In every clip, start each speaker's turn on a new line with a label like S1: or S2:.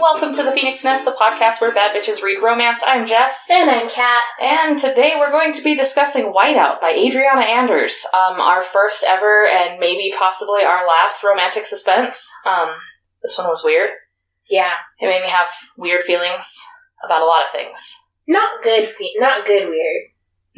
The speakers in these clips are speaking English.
S1: welcome to the Phoenix Nest, the podcast where bad bitches read romance. I'm Jess,
S2: And I'm Kat.
S1: and today we're going to be discussing Whiteout by Adriana Anders, um, our first ever and maybe possibly our last romantic suspense. Um, this one was weird.
S2: Yeah.
S1: It made me have weird feelings about a lot of things.
S2: Not good. Fe- not good. Weird.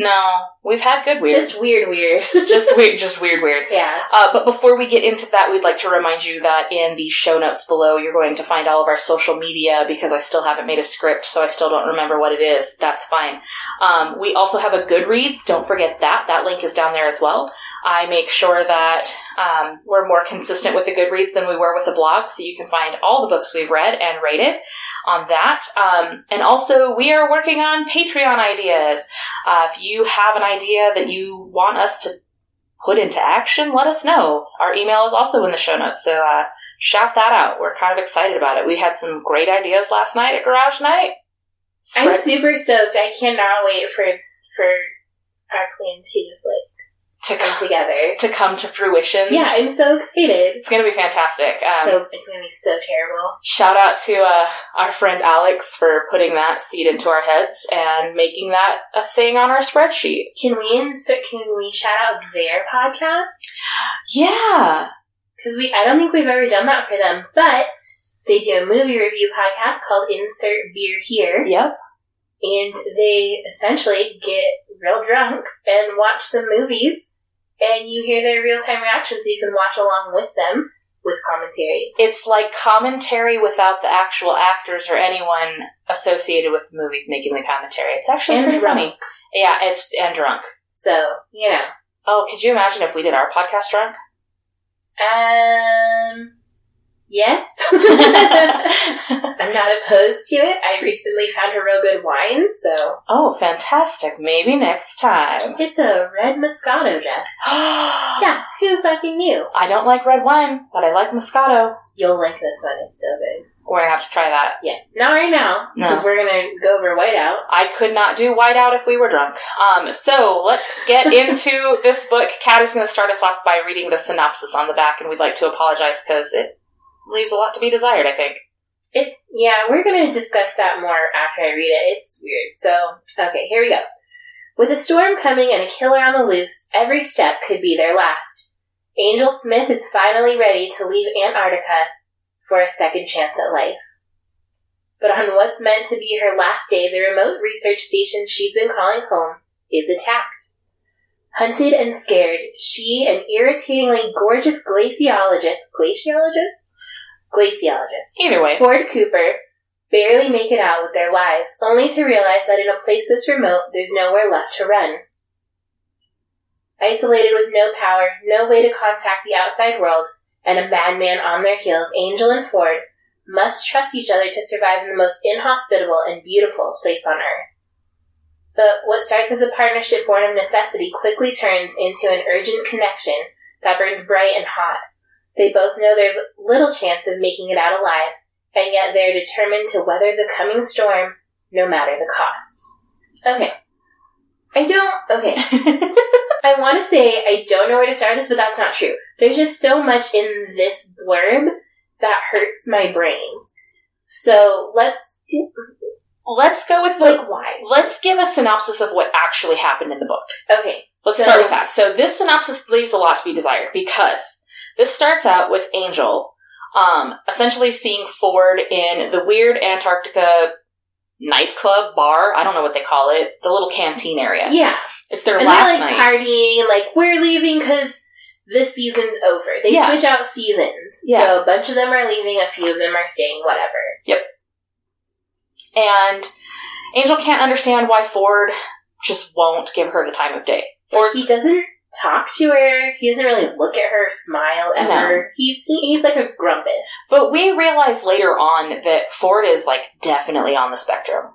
S1: No, we've had good weird,
S2: Just weird. Weird.
S1: just weird, just weird, weird.
S2: yeah.
S1: Uh, but before we get into that, we'd like to remind you that in the show notes below, you're going to find all of our social media because I still haven't made a script, so I still don't remember what it is. That's fine. Um, we also have a Goodreads. Don't forget that. That link is down there as well. I make sure that um, we're more consistent with the Goodreads than we were with the blog, so you can find all the books we've read and rated on that. Um, and also, we are working on Patreon ideas. Uh, if you have an idea that you want us to put into action, let us know. Our email is also in the show notes, so uh, shout that out. We're kind of excited about it. We had some great ideas last night at Garage Night.
S2: I'm
S1: Spread-
S2: super stoked. I cannot wait for for our plan to just like
S1: to,
S2: come
S1: come,
S2: together.
S1: to come to fruition.
S2: Yeah, I'm so excited.
S1: Um, It's going to be fantastic. Um,
S2: so it's gonna be so terrible.
S1: shout out to uh, our friend Alex for putting that seed into our heads and making that a thing on our spreadsheet.
S2: Can we insert? Can we shout out their podcast?
S1: Yeah.
S2: Because we, I don't think we've ever done that for them, but they do a movie review podcast called Insert Beer Here.
S1: Yep.
S2: and they essentially get real drunk and watch some movies and you hear their real time reactions so you can watch along with them with commentary.
S1: It's like commentary without the actual actors or anyone associated with the movies making the commentary. It's actually
S2: And
S1: pretty
S2: drunk.
S1: funny. Yeah, it's and drunk.
S2: So, you know.
S1: Oh, could you imagine if we did our podcast drunk?
S2: Um Yes. I'm not opposed to it. I recently found a real good wine, so
S1: oh, fantastic. Maybe next time.
S2: it's a red Moscato dress. Yeah, who fucking knew?
S1: I don't like red wine, but I like Moscato.
S2: You'll like this one, it's so good.
S1: We're gonna have to try that.
S2: Yes. Not right now,
S1: No.
S2: because we're gonna go over whiteout.
S1: I could not do whiteout if we were drunk. Um, so let's get into this book. Kat is going to start us off by reading the synopsis on the back, and we'd like to apologize because it leaves a lot to be desired. I think.
S2: It's yeah, we're gonna discuss that more after I read it. It's weird. So okay, here we go. With a storm coming and a killer on the loose, every step could be their last. Angel Smith is finally ready to leave Antarctica for a second chance at life. But on what's meant to be her last day, the remote research station she's been calling home is attacked. Hunted and scared, she, an irritatingly gorgeous glaciologist, glaciologist? Glaciologist,
S1: Either way,
S2: Ford Cooper barely make it out with their lives, only to realize that in a place this remote, there's nowhere left to run. Isolated with no power, no way to contact the outside world, and a madman on their heels, Angel and Ford must trust each other to survive in the most inhospitable and beautiful place on earth. But what starts as a partnership born of necessity quickly turns into an urgent connection that burns bright and hot. They both know there's little chance of making it out alive, and yet they're determined to weather the coming storm no matter the cost. Okay. I don't. Okay. I want to say I don't know where to start this, but that's not true. There's just so much in this blurb that hurts my brain. So let's.
S1: let's go with like.
S2: Like, why?
S1: Let's give a synopsis of what actually happened in the book.
S2: Okay.
S1: Let's
S2: so-
S1: start with that. So this synopsis leaves a lot to be desired because this starts out with Angel, um, essentially seeing Ford in the weird Antarctica nightclub bar. I don't know what they call it. The little canteen area.
S2: Yeah.
S1: It's their
S2: And
S1: last
S2: they're like
S1: night.
S2: partying, and, like, we're leaving because this season's over. They
S1: Yeah.
S2: switch out seasons.
S1: Yeah.
S2: So a bunch of them are leaving, a few of them are staying, whatever.
S1: and Angel can't understand why Ford just won't give her the time of day.
S2: Or he doesn't talk to her. He doesn't really look at her, smile at
S1: No.
S2: her. He's he's like a grumpus.
S1: But we realize later on that Ford is like definitely on the spectrum.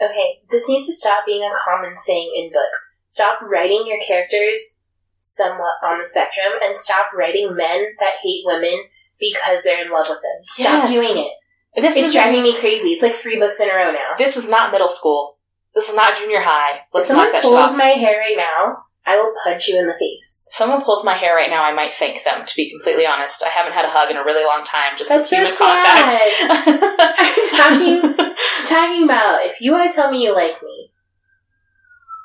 S2: Okay, this needs to stop being a common thing in books. Stop writing your characters somewhat on the spectrum, and stop writing men that hate women because they're in love with them. Stop
S1: Yes.
S2: doing it.
S1: This
S2: It's
S1: is
S2: driving me crazy. It's like three books in a row now.
S1: this is not middle school. This is not junior high.
S2: If
S1: Let's
S2: someone
S1: knock that shit
S2: pulls
S1: off.
S2: my hair right now, I will punch you in the face.
S1: If someone pulls my hair right now, I might thank them, to be completely honest. I haven't had a hug in a really long time, just
S2: That's so
S1: human
S2: I'm
S1: contact.
S2: Talking about if you want to tell me you like me,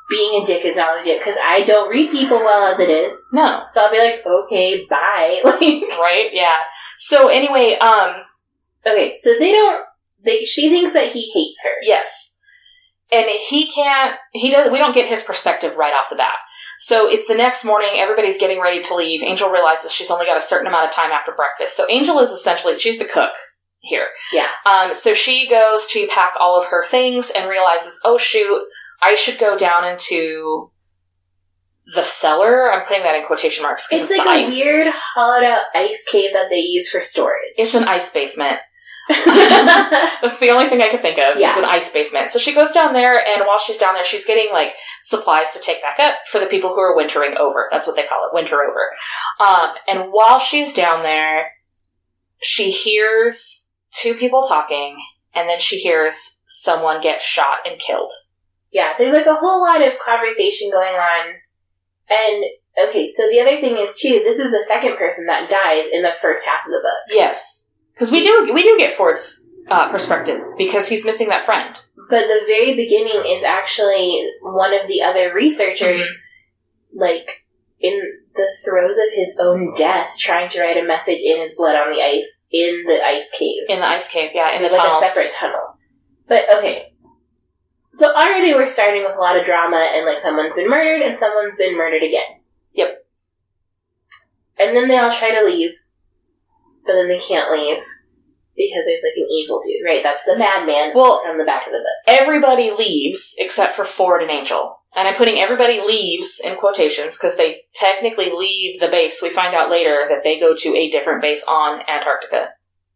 S2: being a dick is not legit because I don't read people well as it is.
S1: no.
S2: So I'll be like, okay, bye. Like,
S1: Right? Yeah. So anyway, um,
S2: okay, so they don't. They, she thinks that he hates her.
S1: yes. And he can't, he does, we don't get his perspective right off the bat. So it's the next morning, everybody's getting ready to leave. Angel realizes she's only got a certain amount of time after breakfast. So Angel is essentially, she's the cook here.
S2: Yeah.
S1: Um, so she goes to pack all of her things and realizes, oh shoot, I should go down into the cellar. I'm putting that in quotation marks because
S2: It's,
S1: it's,
S2: like
S1: the
S2: a
S1: ice.
S2: weird hollowed out ice cave that they use for storage.
S1: It's an ice basement.
S2: yeah.
S1: That's the only thing I could think of.
S2: Yeah.
S1: It's an ice basement. So she goes down there, and while she's down there, she's getting like supplies to take back up for the people who are wintering over. That's what they call it, winter over. Um, and while she's down there, she hears two people talking, and then she hears someone get shot and killed.
S2: There's like a whole lot of conversation going on. And okay, so the other thing is too, this is the second person that dies in the first half of the book.
S1: Yes, because we do we do get Ford's uh, perspective because he's missing that friend.
S2: But the very beginning is actually one of the other researchers, like, in the throes of his own death, trying to write a message in his blood on the ice in the ice cave.
S1: in the ice cave. Yeah, in the
S2: It's like
S1: tunnels.
S2: a separate tunnel. But okay. So already we're starting with a lot of drama and like someone's been murdered and someone's been murdered again.
S1: Yep.
S2: And then they all try to leave. But then they can't leave because there's like an evil dude, right? That's the madman
S1: Well-
S2: from the back of the book.
S1: everybody leaves except for Ford and Angel. And I'm putting everybody leaves in quotations because they technically leave the base. We find out later that they go to a different base on Antarctica.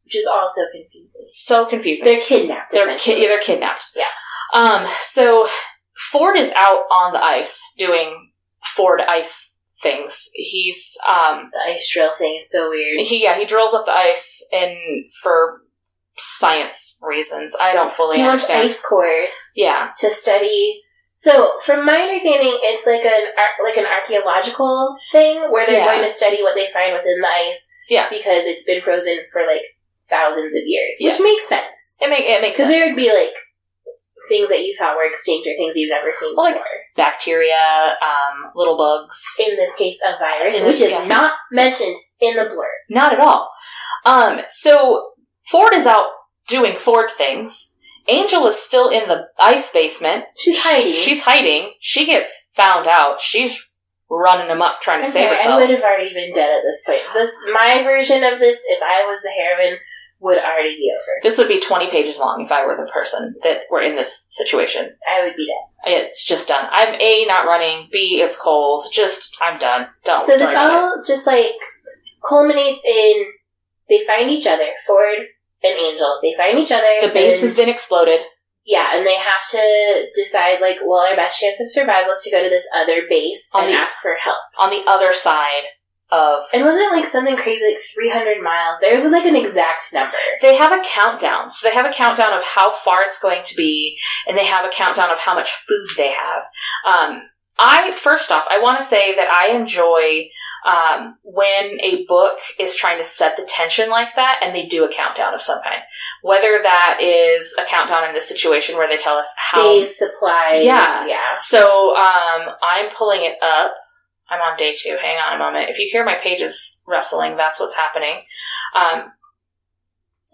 S2: Which is also confusing.
S1: It's so confusing.
S2: They're kidnapped.
S1: They're, ki-
S2: essentially.
S1: yeah, they're kidnapped.
S2: Yeah.
S1: Um. So Ford is out on the ice doing Ford ice things. He's um.
S2: The ice drill thing is so weird.
S1: He yeah he drills up the ice and for science reasons. I don't fully
S2: He wants
S1: understand.
S2: ice cores.
S1: Yeah.
S2: to study. So, from my understanding, it's like an ar- like an archaeological thing where they're
S1: Yeah.
S2: going to study what they find within the ice.
S1: Yeah.
S2: because it's been frozen for like thousands of years, which
S1: Yeah.
S2: makes sense
S1: It make it makes sense.
S2: because there would be like things that you thought were extinct or things you've never seen
S1: Well, like-
S2: before.
S1: bacteria, um, little bugs.
S2: In this case, a virus,
S1: In
S2: which
S1: this-
S2: is
S1: yeah.
S2: not mentioned in the blurb.
S1: Not at all. Um, so Ford is out doing Ford things. Angel is still in the ice basement.
S2: She's hiding.
S1: She's hiding. She gets found out. She's running amok trying to
S2: I'm
S1: save
S2: sorry, I would
S1: herself.
S2: have already been dead at this point. This my version of this. If I was the heroine, would already be over.
S1: This would be 20 pages long if I were the person that were in this situation.
S2: I would be dead.
S1: It's just done. I'm A, not running. B, it's cold. Just, I'm done. Don't
S2: So this
S1: worry about it.
S2: all just like culminates in they find each other, Ford and Angel. They find each other.
S1: The base
S2: and-
S1: has been exploded.
S2: yeah, and they have to decide like, well, our best chance of survival is to go to this other base
S1: On
S2: and
S1: the-
S2: ask for help.
S1: On the other side of
S2: And wasn't it like something crazy, like three hundred miles? There isn't like an exact number.
S1: They have a countdown. So they have a countdown of how far it's going to be, and they have a countdown of how much food they have. Um, I first off, I want to say that I enjoy um, when a book is trying to set the tension like that, and they do a countdown of some kind. Whether that is a countdown in this situation where they tell us how.
S2: Days, supplies.
S1: Yeah.
S2: yeah.
S1: So um, I'm pulling it up. I'm on day two. Hang on a moment. If you hear my pages rustling, that's what's happening. Um,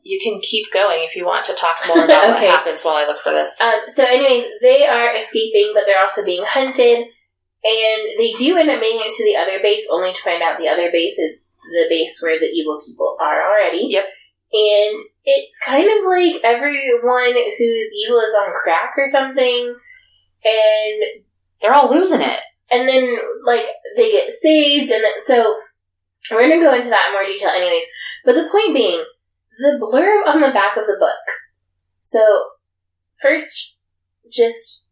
S1: you can keep going if you want to talk more about
S2: Okay.
S1: what happens while I look for this. Uh,
S2: Um, so, anyways, they are escaping, but they're also being hunted, and they do end up making it to the other base, only to find out the other base is the base where the evil people are already.
S1: Yep.
S2: And it's kind of like everyone who's evil is on crack or something, and
S1: They're all losing it.
S2: and then like they get saved, and then, so we're gonna go into that in more detail, anyways. But the point being, the blurb on the back of the book. So first, just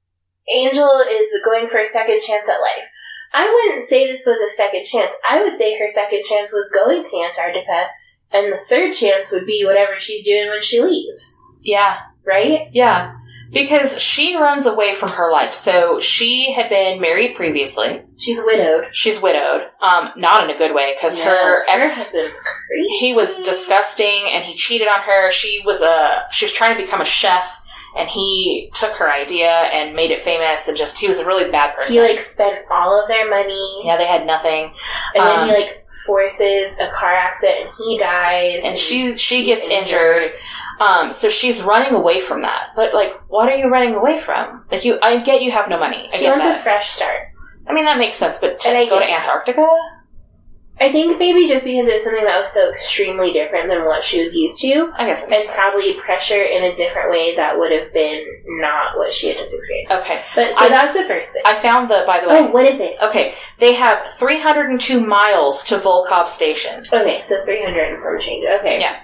S2: Angel is going for a second chance at life. I wouldn't say this was a second chance. I would say her second chance was going to Antarctica, and the third chance would be whatever she's doing when she leaves,
S1: Yeah,
S2: right?
S1: yeah. because she runs away from her life. So she had been married previously.
S2: She's widowed.
S1: She's widowed, um, not in a good way because
S2: No,
S1: her
S2: her
S1: ex
S2: husband's crazy.
S1: he was disgusting and he cheated on her. She was a she was trying to become a chef and he took her idea and made it famous and just he was a really bad person.
S2: He like spent all of their money,
S1: yeah, they had nothing.
S2: and then
S1: um,
S2: he like forces a car accident, and he dies.
S1: And she she gets injured. Um, so she's running away from that. But like what are you running away from? Like you I get you have no money. I
S2: She
S1: get
S2: wants a
S1: that.
S2: fresh start.
S1: I mean that makes sense, but to
S2: And I
S1: go to
S2: get that.
S1: Antarctica?
S2: I think maybe just because it was something that was so extremely different than what she was used to,
S1: I guess it makes
S2: it's
S1: sense.
S2: probably pressure in a different way that would have been not what she had just experienced.
S1: Okay.
S2: But so
S1: I-
S2: that was the first thing.
S1: I found the by the way
S2: oh, what is it?
S1: Okay, they have 302 miles to Volkov Station.
S2: Okay, so three hundred and some change. Okay,
S1: Yeah.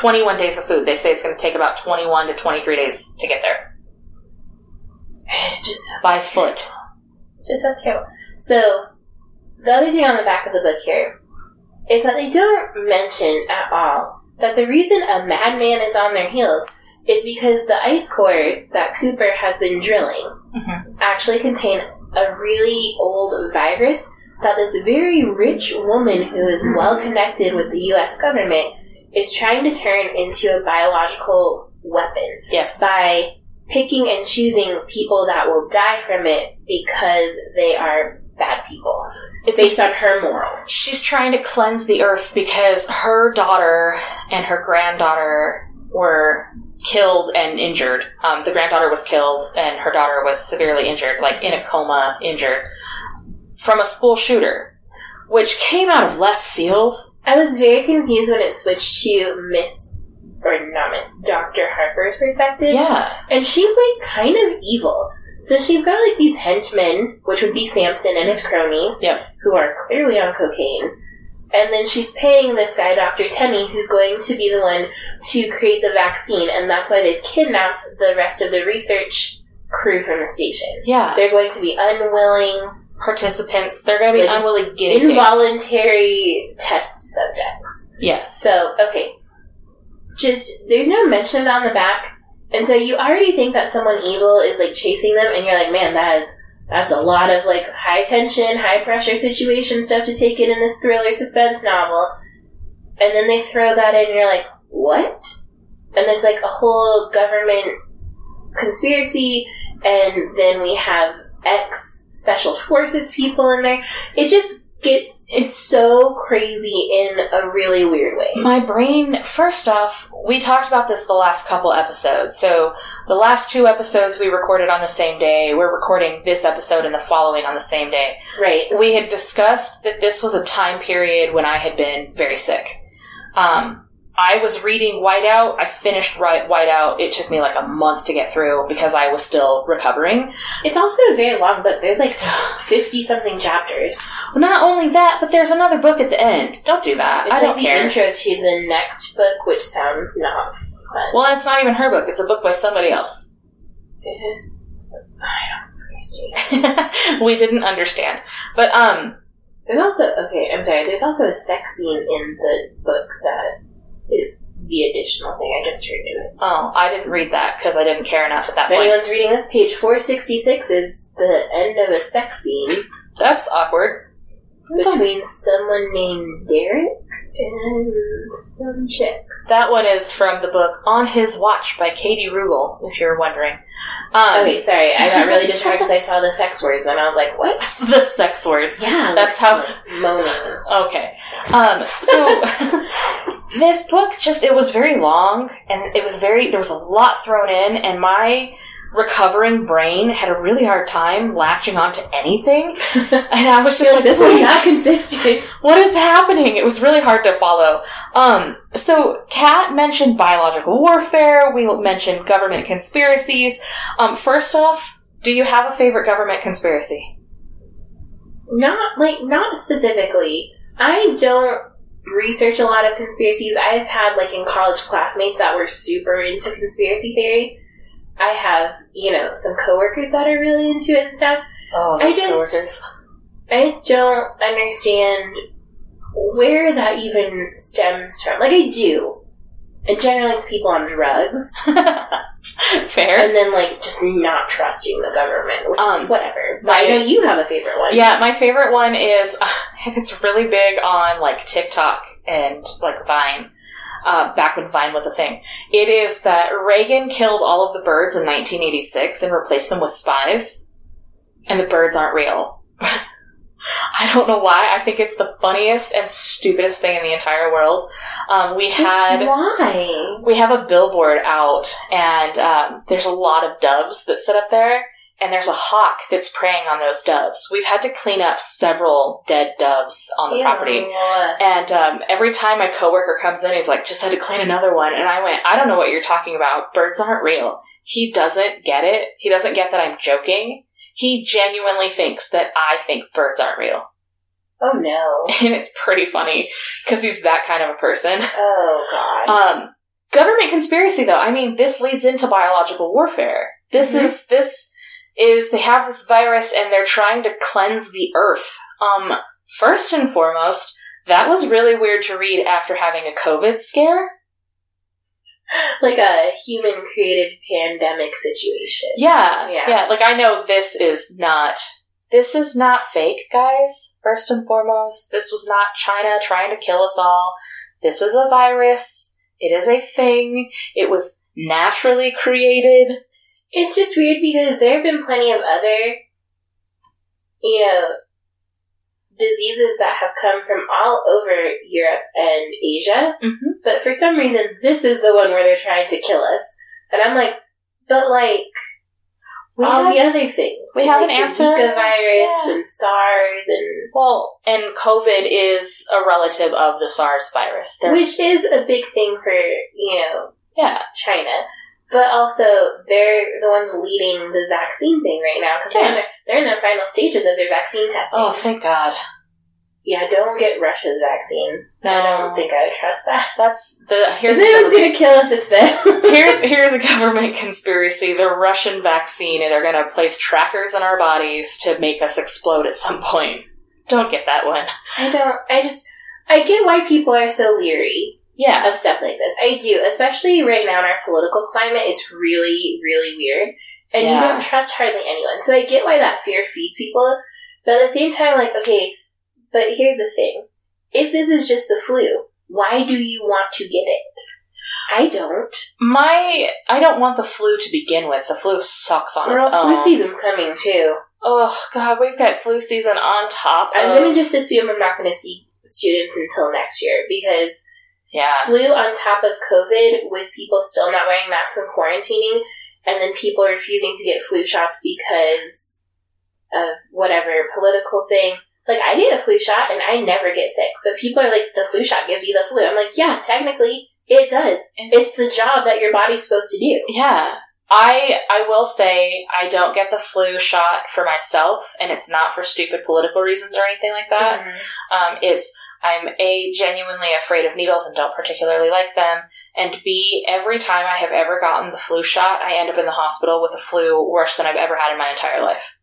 S1: 21 days of food. They say it's going to take about 21 to 23 days to get there
S2: It just sounds
S1: by foot.
S2: Just sounds terrible. So, the other thing on the back of the book here is that they don't mention at all that the reason a madman is on their heels is because the ice cores that Cooper has been drilling
S1: Mhm.
S2: actually contain a really old virus that this very rich woman who is well connected with the US government is trying to turn into a biological weapon
S1: Yes.
S2: by picking and choosing people that will die from it because they are bad people
S1: It's
S2: based
S1: a-
S2: on her morals.
S1: she's trying to cleanse the earth because her daughter and her granddaughter were killed and injured. Um, the granddaughter was killed and her daughter was severely injured, like in a coma, injured from a school shooter, which came out of left field.
S2: I was very confused when it switched to Miss or not Miss Dr. Harper's perspective.
S1: Yeah.
S2: And she's like kind of evil. So she's got like these henchmen, which would be Samson and his cronies,
S1: Yep.
S2: who are clearly on cocaine. And then she's paying this guy, Dr. Tenney, who's going to be the one to create the vaccine, and that's why they've kidnapped the rest of the research crew from the station.
S1: Yeah.
S2: They're going to be unwilling,
S1: Participants, they're going to be
S2: Like,
S1: unwilling guinea pigs.
S2: involuntary test subjects.
S1: Yes.
S2: So, okay. Just, there's no mention of that on the back. And so you already think that someone evil is like chasing them, and you're like, man, that is, that's a lot of like high tension, high pressure situation stuff to take in in this thriller suspense novel. And then they throw that in, and you're like, what? And there's like a whole government conspiracy, and then we have ex special forces people in there. It just gets it's so crazy in a really weird way.
S1: My brain, first off, we talked about this the last couple episodes. So, the last two episodes we recorded on the same day. We're recording this episode and the following on the same day.
S2: Right.
S1: We had discussed that this was a time period when I had been very sick. Um, I was reading Whiteout. I finished Ri- Whiteout. It took me like a month to get through because I was still recovering.
S2: It's also a very long book. There's like fifty something chapters.
S1: Not only that, but there's another book at the end. Don't do that.
S2: It's
S1: I
S2: like
S1: don't
S2: the
S1: care.
S2: intro to the next book, which sounds not fun.
S1: well, it's not even her book. It's a book by somebody else.
S2: It is- I don't understand.
S1: we didn't understand. But um
S2: There's also okay, I'm sorry, there's also a sex scene in the book that is the additional thing I just turned to it.
S1: oh, I didn't read that because I didn't care enough at that
S2: If
S1: point.
S2: anyone's reading this, page 466 is the end of a sex scene
S1: That's awkward.
S2: between someone named Derek and some chick.
S1: That one is from the book On His Watch by Katie Rugel, if you're wondering. Um
S2: Okay, sorry, I got really distracted because I saw the sex words and I was like, what?
S1: the sex words.
S2: Yeah,
S1: That's how
S2: moaning. and stuff.
S1: Okay. Um so this book just it was very long and it was very there was a lot thrown in and my recovering brain had a really hard time latching onto anything and I was just
S2: You're like, this
S1: "Wait,
S2: is not consistent.
S1: what is happening? It was really hard to follow. Um, so Kat mentioned biological warfare. We mentioned government conspiracies. Um, first off, do you have a favorite government conspiracy?
S2: Not like not specifically. I don't research a lot of conspiracies. I've had like in college classmates that were super into conspiracy theory. I have, you know, some coworkers that are really into it and stuff.
S1: Oh,
S2: those coworkers. I just don't understand where that even stems from. Like I do. And generally, it's people on drugs.
S1: Fair.
S2: and then like just not trusting the government, which
S1: Um,
S2: is whatever. But
S1: my-
S2: I know you have a favorite one.
S1: Yeah, my favorite one is, and it's really big on like TikTok and like Vine. Uh, back when Vine was a thing, it is that Reagan killed all of the birds in 1986 and replaced them with spies, and the birds aren't real. I don't know why. I think it's the funniest and stupidest thing in the entire world. Um, we
S2: Just
S1: had
S2: why?
S1: we have a billboard out, and um, there's a lot of doves that sit up there, and there's a hawk that's preying on those doves. We've had to clean up several dead doves on the
S2: Ew. Oh,
S1: property. And um, every time my coworker comes in, he's like, just had to clean another one. And I went, I don't know what you're talking about. Birds aren't real. He doesn't get it. He doesn't get that I'm joking. He genuinely thinks that I think birds aren't real.
S2: Oh no!
S1: And it's pretty funny because he's that kind of a person.
S2: Oh god!
S1: Um, government conspiracy, though. I mean, this leads into biological warfare. This
S2: Mhm.
S1: is this is they have this virus and they're trying to cleanse the earth. Um, first and foremost, that was really weird to read after having a COVID scare.
S2: like a human-created pandemic situation.
S1: Yeah,
S2: Yeah.
S1: yeah. Like I know this is not. This is not fake, guys. First and foremost, this was not China trying to kill us all. This is a virus. It is a thing. It was naturally created.
S2: It's just weird because there have been plenty of other, you know, diseases that have come from all over Europe and Asia,
S1: Mm-hmm.
S2: but for some reason, this is the one where they're trying to kill us. And I'm like, but like
S1: We
S2: all
S1: have-
S2: the other things,
S1: we have
S2: like
S1: an
S2: the
S1: answer.
S2: Zika virus
S1: Yeah.
S2: and SARS and
S1: well, and COVID is a relative of the SARS virus. They're-
S2: which is a big thing for you know
S1: yeah,
S2: China. But also, they're the ones leading the vaccine thing right now because
S1: Yeah.
S2: they're, in their- they're in their final stages of their vaccine testing.
S1: Oh, thank God.
S2: Yeah, don't get Russia's vaccine. I don't think I would trust that.
S1: that's the here's
S2: if
S1: a government-
S2: anyone's gonna kill us, it's them.
S1: here's here's a government conspiracy. The Russian vaccine, and they're going to place trackers in our bodies to make us explode at some point. Don't get that one.
S2: I don't. I just. I get why people are so leery
S1: Yeah,
S2: of stuff like this. I do, especially right now in our political climate. It's really, really weird, and you
S1: Yeah.
S2: don't trust hardly anyone. So I get why that fear feeds people, but at the same time, like, okay, but here's the thing: if this is just the flu, why do you want to get it? I don't.
S1: my I don't want the flu to begin with. The flu sucks on
S2: Girl,
S1: its own.
S2: flu season's coming too.
S1: Oh God, we've got flu season on top.
S2: I'm
S1: of-
S2: going to just assume I'm not going to see students until next year because
S1: yeah.
S2: flu on top of COVID with people still not wearing masks and quarantining, and then people refusing to get flu shots because of whatever political thing. Like, I get a flu shot and I never get sick, but people are like, the flu shot gives you the flu. I'm like, yeah, technically it does. It's the job that your body's supposed to do.
S1: Yeah. I I will say I don't get the flu shot for myself and it's not for stupid political reasons or anything like
S2: Uh,
S1: that. Um, it's I'm a genuinely afraid of needles and don't particularly like them and B every time I have ever gotten the flu shot I end up in the hospital with a flu worse than I've ever had in my entire life.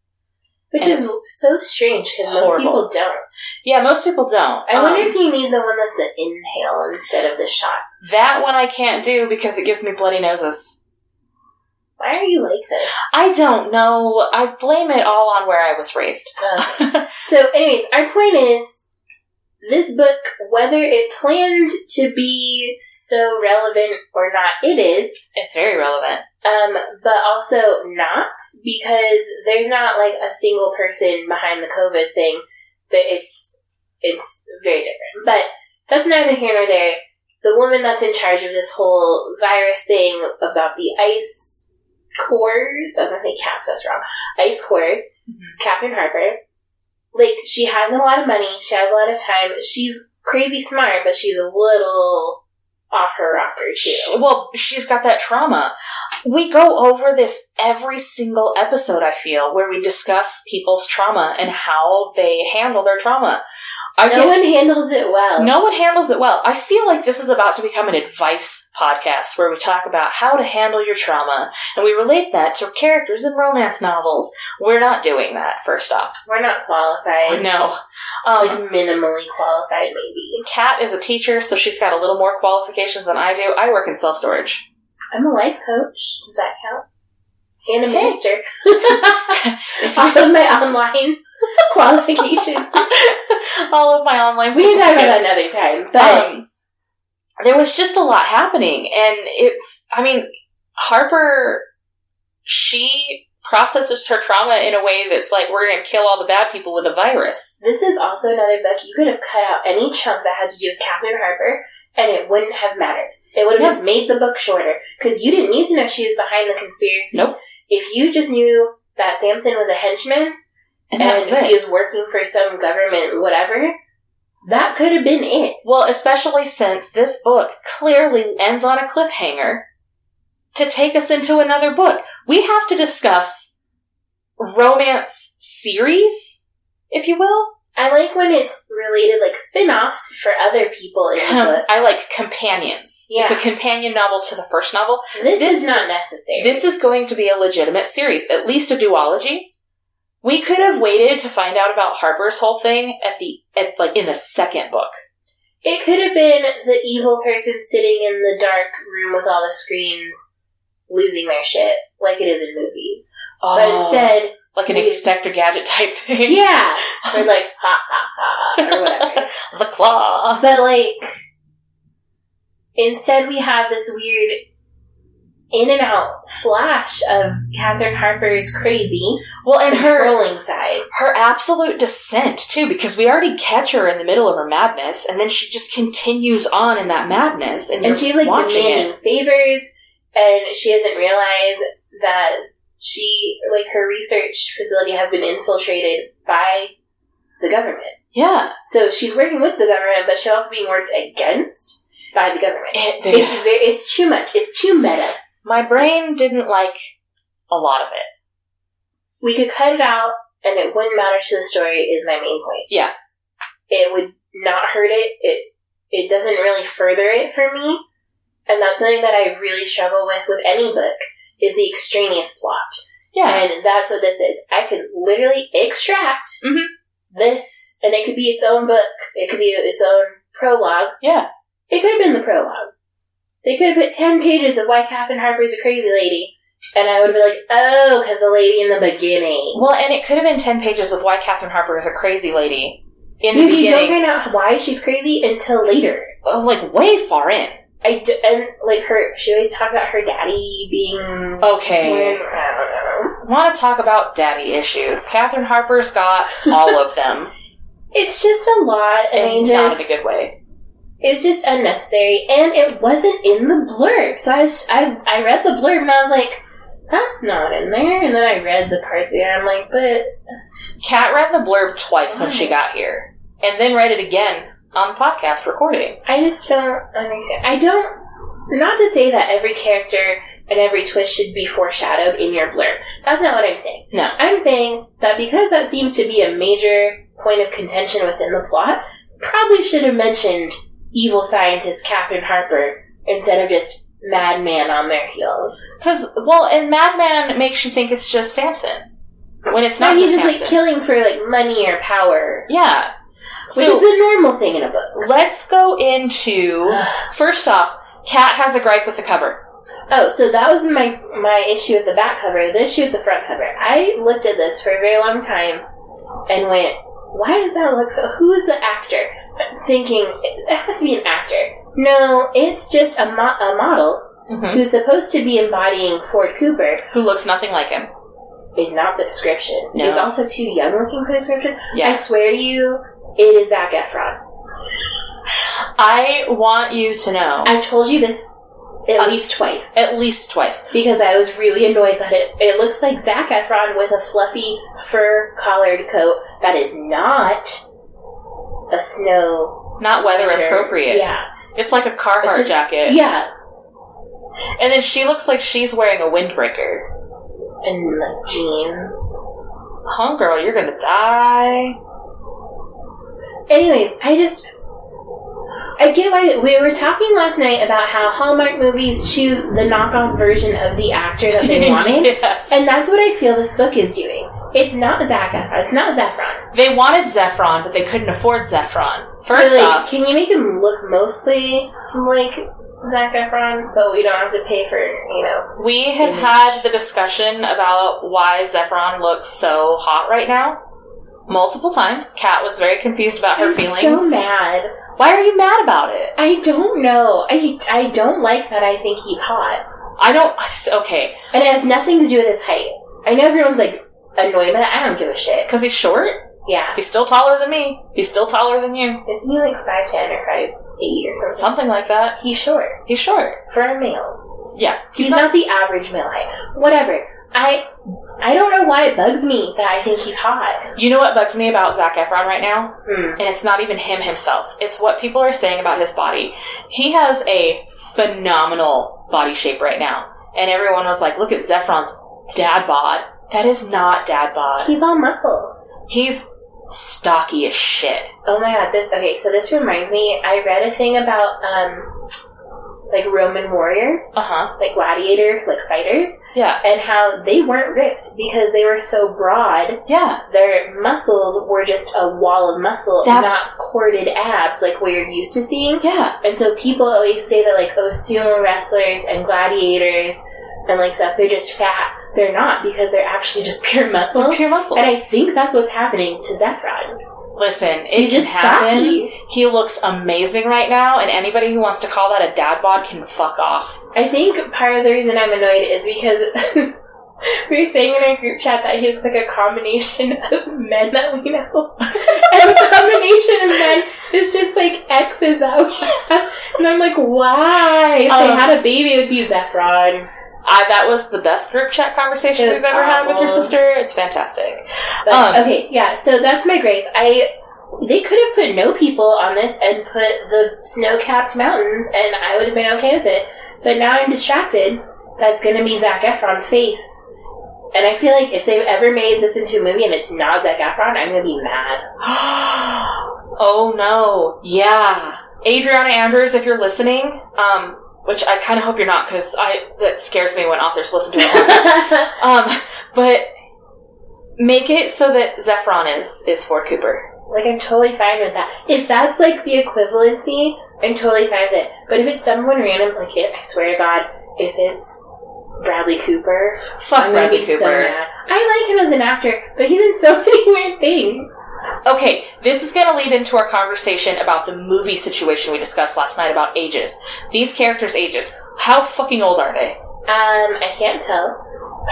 S2: Which
S1: And
S2: is
S1: it's
S2: so strange because most
S1: horrible.
S2: people don't.
S1: Yeah, most people don't.
S2: I wonder
S1: Um,
S2: if you need the one that's the inhale instead of the shot.
S1: that one I can't do because it gives me bloody noses.
S2: Why are you like this?
S1: I don't know. I blame it all on where I was raised.
S2: So, anyways, our point is this book, whether it planned to be so relevant or not, it is,
S1: it's very relevant.
S2: um, but also not, because there's not like a single person behind the COVID thing. That it's it's very different, but that's neither here nor there. The woman that's in charge of this whole virus thing about the ice cores, I was gonna say caps, that's wrong. Ice cores,
S1: Mm-hmm.
S2: Catherine Harper. Like, she has a lot of money, she has a lot of time. She's crazy smart, but she's a little off her rocker,
S1: She-
S2: too.
S1: well, she's got that trauma. We go over this every single episode, I feel, where we discuss people's trauma and how they handle their trauma. I
S2: No one handles it well.
S1: no one handles it well. I feel like this is about to become an advice podcast where we talk about how to handle your trauma and we relate that to characters in romance novels. We're not doing that, first off.
S2: We're not qualified.
S1: No. Um,
S2: like minimally qualified, maybe.
S1: Kat is a teacher, so she's got a little more qualifications than I do. I work in self storage.
S2: I'm a life coach. Does that count? And a
S1: Hey.
S2: minister. All of my online qualifications.
S1: All of my online.
S2: We can talk about that
S1: certificates.
S2: another time. But
S1: Um, there was just a lot happening, and it's. I mean, Harper, she processes her trauma in a way that's like we're going to kill all the bad people with a virus.
S2: this is also another book you could have cut out any chunk that had to do with Catherine Harper, and it wouldn't have mattered. It would have
S1: No.
S2: just made the book shorter because you didn't need to know she was behind the conspiracy.
S1: Nope.
S2: If you just knew that Samson was a henchman
S1: And, that
S2: and
S1: was it.
S2: he is working for some government, whatever, that could have been it.
S1: Well, especially since this book clearly ends on a cliffhanger to take us into another book. We have to discuss romance series, if you will.
S2: I like when it's related, like spin offs for other people in the
S1: Com-
S2: book.
S1: I like companions.
S2: Yeah.
S1: It's a companion novel to the first novel.
S2: This,
S1: this
S2: is
S1: is-
S2: not necessary.
S1: This is going to be a legitimate series, at least a duology. We could have waited to find out about Harper's whole thing at the at like in the second book.
S2: It could have been the evil person sitting in the dark room with all the screens losing their shit, like it is in movies. But
S1: Oh.
S2: instead,
S1: like an
S2: we-
S1: Inspector Gadget type thing.
S2: yeah, or like ha ha ha, or whatever.
S1: the claw.
S2: but like, instead we have this weird in and out flash of Catherine Harper's crazy
S1: Well, and her
S2: controlling side.
S1: her absolute descent too, because we already catch her in the middle of her madness, and then she just continues on in that madness, and,
S2: and
S1: you're
S2: she's like
S1: watching
S2: demanding
S1: it.
S2: favors and she doesn't realize that she like her research facility has been infiltrated by the government
S1: Yeah,
S2: so she's working with the government but she's also being worked against by the government
S1: It- the-
S2: it's very, it's too much it's too meta
S1: my brain didn't like a lot of it.
S2: we could cut it out and it wouldn't matter to the story is my main point
S1: Yeah.
S2: it would not hurt it it it doesn't really further it for me and that's something that i really struggle with with any book is the extraneous plot
S1: Yeah,
S2: and that's what this is i could literally extract
S1: Mhm.
S2: this and it could be its own book it could be its own prologue
S1: yeah.
S2: it could have been the prologue they could have put 10 pages of why Captain Harper's a crazy lady and i would be like oh because the lady in the beginning
S1: Well, and it could have been ten pages of why Catherine Harper is a crazy lady in the
S2: Because you don't
S1: beginning,
S2: find out why she's crazy until later.
S1: oh, like way far in.
S2: I d- and like her, she always talks about her daddy being.
S1: Okay,
S2: I don't know.
S1: want to talk about daddy issues? Catherine Harper's got all of them,
S2: It's just a lot, and,
S1: and
S2: I
S1: not in a
S2: just-
S1: good way.
S2: it's just unnecessary, and it wasn't in the blurb. So I, was, I, I read the blurb, and I was like, "That's not in there." And then I read the parts there, and I'm like, "But
S1: Kat read the blurb twice when
S2: Why?
S1: she got here, and then read it again on the podcast recording.
S2: I just don't understand." I don't. Not to say that every character and every twist should be foreshadowed in your blurb. That's not what I'm saying.
S1: No.
S2: I'm saying that because that seems to be a major point of contention within the plot, probably should have mentioned evil scientist Catherine Harper instead of just madman on their heels.
S1: Because, well, and Madman makes you think it's just Samson. When it's
S2: Now
S1: not
S2: he's
S1: just,
S2: just like
S1: Samson.
S2: killing for like money or power,
S1: yeah.
S2: which
S1: So
S2: is a normal thing in a book.
S1: let's go into. First off, Kat has a gripe with the cover.
S2: Oh, so that was my my issue with the back cover. The issue with the front cover. I looked at this for a very long time and went, "Why does that look? Who's the actor?" Thinking it has to be an actor. No, it's just a, mo- a model who's supposed to be embodying Ford Cooper.
S1: Who looks nothing like him.
S2: Is not the description.
S1: No.
S2: Is also too young looking for the description. I
S1: Yeah.
S2: swear to you, it is Zac Efron.
S1: I want you to know
S2: I've told you this at
S1: Um,
S2: least twice.
S1: at least twice.
S2: because I was really annoyed that it it looks like Zac Efron with a fluffy fur collared coat that is not a snow
S1: Not weather
S2: winter.
S1: appropriate.
S2: Yeah,
S1: It's like a
S2: It's
S1: Carhartt
S2: just-
S1: jacket.
S2: yeah,
S1: And then she looks like she's wearing a windbreaker.
S2: and like jeans.
S1: Homegirl, you're gonna die.
S2: Anyways, I just I get why we were talking last night about how Hallmark movies choose the knockoff version of the actor that they wanted.
S1: yes.
S2: And that's what I feel this book is doing. It's not Zaga. It's not Zephron.
S1: They wanted Zephron, but they couldn't afford Zephron.
S2: But,
S1: First
S2: like,
S1: off,
S2: can you make him look mostly like Zac Efron, but we don't have to pay for you know?
S1: we had
S2: Image.
S1: had the discussion about why Zephron looks so hot right now multiple times. Kat was very confused about her
S2: I'm
S1: feelings.
S2: so mad.
S1: Why are you mad about it?
S2: I don't know. I I don't like that. I think he's hot,
S1: I don't. I s- Okay,
S2: and it has nothing to do with his height. I know everyone's like annoyed by that. I don't give a shit.
S1: because he's short.
S2: Yeah,
S1: He's still taller than me. He's still taller than you.
S2: isn't he like five ten or five eight or something?
S1: Something like that.
S2: He's short
S1: He's short.
S2: for a male.
S1: Yeah,
S2: He's, not, the average male height. Whatever. I I don't know why it bugs me that I think he's hot.
S1: You know what bugs me about Zach Efron right now?
S2: Hmm.
S1: And it's not even him himself. It's what people are saying about his body. He has a phenomenal body shape right now. And everyone was like, look at Zephron's dad bod. That is not dad bod.
S2: He's all muscle.
S1: He's stocky as shit.
S2: Oh my god, this okay, so this reminds me I read a thing about um like Roman warriors,
S1: Uh huh.
S2: like gladiator like fighters,
S1: Yeah.
S2: and how they weren't ripped because they were so broad,
S1: Yeah.
S2: their muscles were just a wall of muscle,
S1: That's-
S2: not corded abs like we're used to seeing.
S1: Yeah.
S2: And so people always say that like oh sumo wrestlers and gladiators and like stuff, they're just fat. They're not because they're actually just pure muscle.
S1: Pure muscle.
S2: And I think that's what's happening to Zephron.
S1: Listen, it
S2: He's
S1: just
S2: just
S1: happened.
S2: stocky.
S1: He looks amazing right now, and anybody who wants to call that a dad bod can fuck off.
S2: I think part of the reason I'm annoyed is because we were saying in our group chat that he looks like a combination of men that we know. and the combination of men is just like exes that we have. And I'm like, why? If they
S1: Um,
S2: had a baby, it would be Zephron.
S1: I, that was the best group chat conversation
S2: It
S1: we've
S2: was
S1: ever had with your
S2: awful.
S1: sister. It's fantastic.
S2: But,
S1: um,
S2: okay, yeah, so that's my grave. I. They could have put no people on this and put the snow capped mountains, and I would have been okay with it. But now I'm distracted. That's going to be Zach Efron's face. And I feel like if they've ever made this into a movie and it's not Zach Efron, I'm going to be mad.
S1: oh no. Yeah. Adriana Anders, if you're listening, um, which I kind of hope you're not because I that scares me when authors listen to it. um, but make it so that Zephron is is Ford Cooper.
S2: like, I'm totally fine with that. If that's like the equivalency, I'm totally fine with it. But if it's someone random, like, it, I swear to God, if it's Bradley Cooper,
S1: Fuck
S2: I'm gonna
S1: Bradley
S2: be so
S1: Cooper.
S2: mad. I like him as an actor, but he's in so many weird things.
S1: okay, this is going to lead into our conversation about the movie situation we discussed last night about ages. These characters' ages. How fucking old are they?
S2: Um, I can't tell.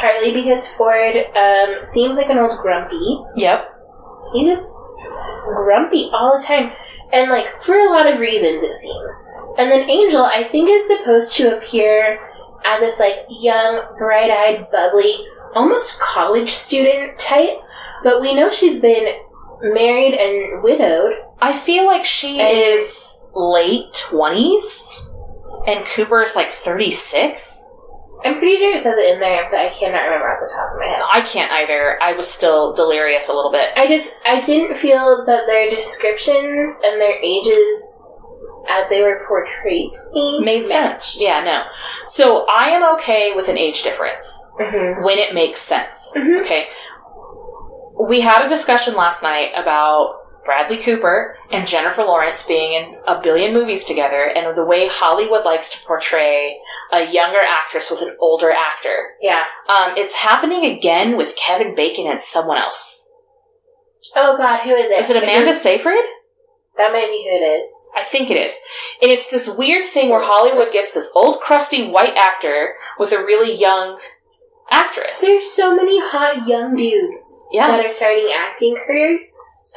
S2: Partly because Ford um, seems like an old grumpy.
S1: Yep.
S2: He's just grumpy all the time, and like for a lot of reasons it seems. And then Angel, I think, is supposed to appear as this like young, bright-eyed, bubbly, almost college student type. But we know she's been married and widowed.
S1: I feel like she
S2: And-
S1: is late twenties, and Cooper is like thirty six.
S2: I'm pretty sure it says it in there, but I cannot remember off the top of my head.
S1: I can't either. I was still delirious a little bit.
S2: I just I didn't feel that their descriptions and their ages as they were portrayed to me
S1: Made sense. Yeah, no. So I am okay with an age difference
S2: Mm-hmm.
S1: when it makes sense.
S2: Mhm.
S1: Okay. We had a discussion last night about Bradley Cooper and Jennifer Lawrence being in a billion movies together and the way Hollywood likes to portray a younger actress with an older actor.
S2: Yeah.
S1: Um, it's happening again with Kevin Bacon and someone else.
S2: Oh God, who is it?
S1: Is it Amanda Seyfried?
S2: That might be who it is.
S1: I think it is. And it's this weird thing where Hollywood gets this old, crusty white actor with a really young actress.
S2: There's so many hot young dudes
S1: Yeah.
S2: that are starting acting careers.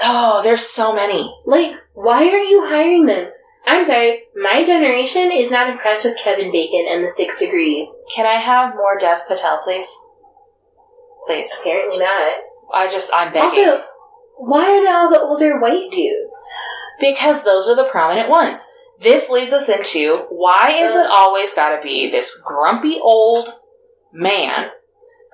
S1: Oh, there's so many.
S2: Like, why aren't you hiring them? I'm sorry, my generation is not impressed with Kevin Bacon and the Six Degrees.
S1: Can I have more Dev Patel, please? Please.
S2: Apparently not.
S1: I just, I'm begging.
S2: Also, why are they all the older white dudes?
S1: because those are the prominent ones. This leads us into why is it always got to be this grumpy old man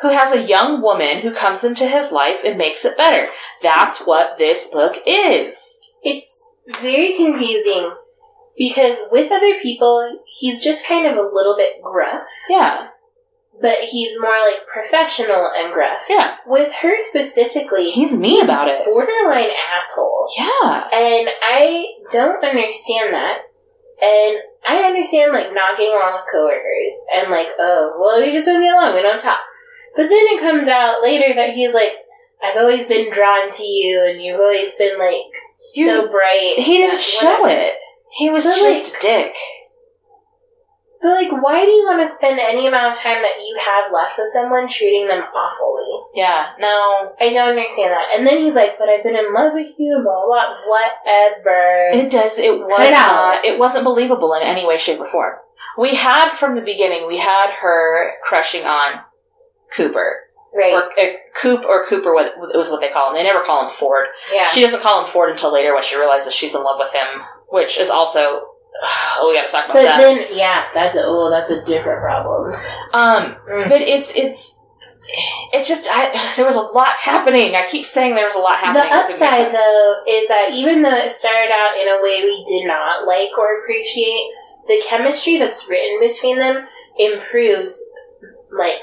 S1: who has a young woman who comes into his life and makes it better? That's what this book is.
S2: It's very confusing because with other people, he's just kind of a little bit gruff.
S1: Yeah.
S2: but he's more like professional and gruff.
S1: Yeah.
S2: With her specifically,
S1: He's mean about it.
S2: borderline asshole.
S1: Yeah.
S2: And I don't understand that. And I understand like not getting along with coworkers and like, oh, well, we just don't get along. We don't talk. But then it comes out later that he's like, I've always been drawn to you, and you've always been like so
S1: You-
S2: bright.
S1: He didn't
S2: and
S1: show
S2: whatever."
S1: it. He was
S2: But,
S1: just a
S2: like-
S1: dick.
S2: But like, why do you want to spend any amount of time that you have left with someone treating them awfully?
S1: Yeah. No.
S2: I don't understand that. And then he's like, "But I've been in love with you, blah blah, blah whatever."
S1: It does. It was
S2: Cut it out.
S1: not. It wasn't believable in any way, shape, or form. We had from the beginning. We had her crushing on Cooper
S2: right?
S1: or uh, Coop or Cooper. What was what they call him? They never call him Ford.
S2: yeah.
S1: She doesn't call him Ford until later when she realizes she's in love with him, which is also. Oh, we got to talk about
S2: but
S1: that.
S2: then, yeah, that's a oh, that's a different problem.
S1: um,
S2: Mm.
S1: but it's it's it's just I, there was a lot happening. I keep saying there was a lot
S2: The
S1: happening. It didn't make
S2: upside,
S1: sense.
S2: though, is that even though it started out in a way we did not like or appreciate, the chemistry that's written between them improves like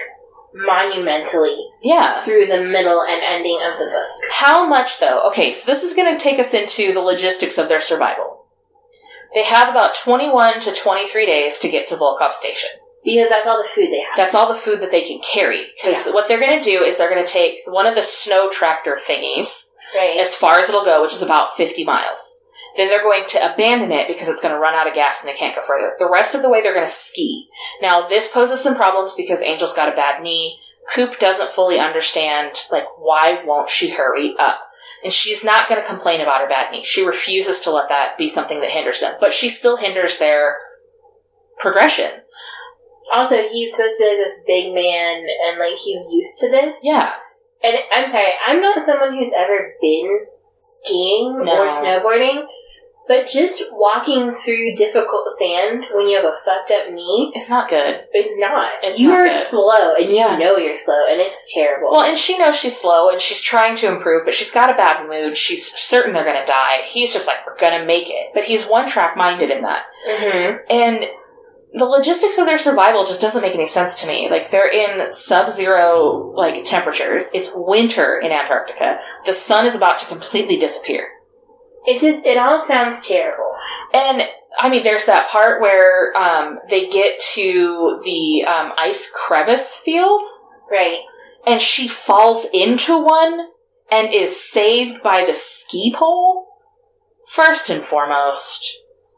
S2: monumentally
S1: yeah.
S2: through the middle and ending of the book.
S1: How much though? Okay, so this is going to take us into the logistics of their survival. They have about 21 to 23 days to get to Volkov Station.
S2: Because that's all the food they have.
S1: That's all the food that they can carry. Because what they're going to do is they're going to take one of the snow tractor thingies
S2: Right.
S1: as far as it'll go, which is about 50 miles. Then they're going to abandon it because it's going to run out of gas and they can't go further. The rest of the way, they're going to ski. Now, this poses some problems because Angel's got a bad knee. Coop doesn't fully understand, like, why won't she hurry up? And she's not going to complain about her bad knee. She refuses to let that be something that hinders them, but she still hinders their progression.
S2: Also, he's supposed to be like this big man, and like he's used to this.
S1: Yeah.
S2: And I'm sorry, I'm not someone who's ever been skiing
S1: No.
S2: or snowboarding, but just walking through difficult sand when you have a fucked up knee,
S1: It's not good.
S2: it's not.
S1: It's
S2: you
S1: not
S2: are
S1: good.
S2: slow, and
S1: Yeah.
S2: you know you're slow, and it's terrible.
S1: Well, and she knows she's slow and she's trying to improve, but she's got a bad mood. She's certain they're going to die. He's just like, we're going to make it. But he's one track minded in that.
S2: Mhm.
S1: And the logistics of their survival just doesn't make any sense to me. Like, they're in sub zero, like, temperatures. It's winter in Antarctica. The sun is about to completely disappear.
S2: it just it all sounds terrible.
S1: And I mean, there's that part where um, they get to the um, ice crevice field.
S2: Right.
S1: and she falls into one and is saved by the ski pole? First and foremost,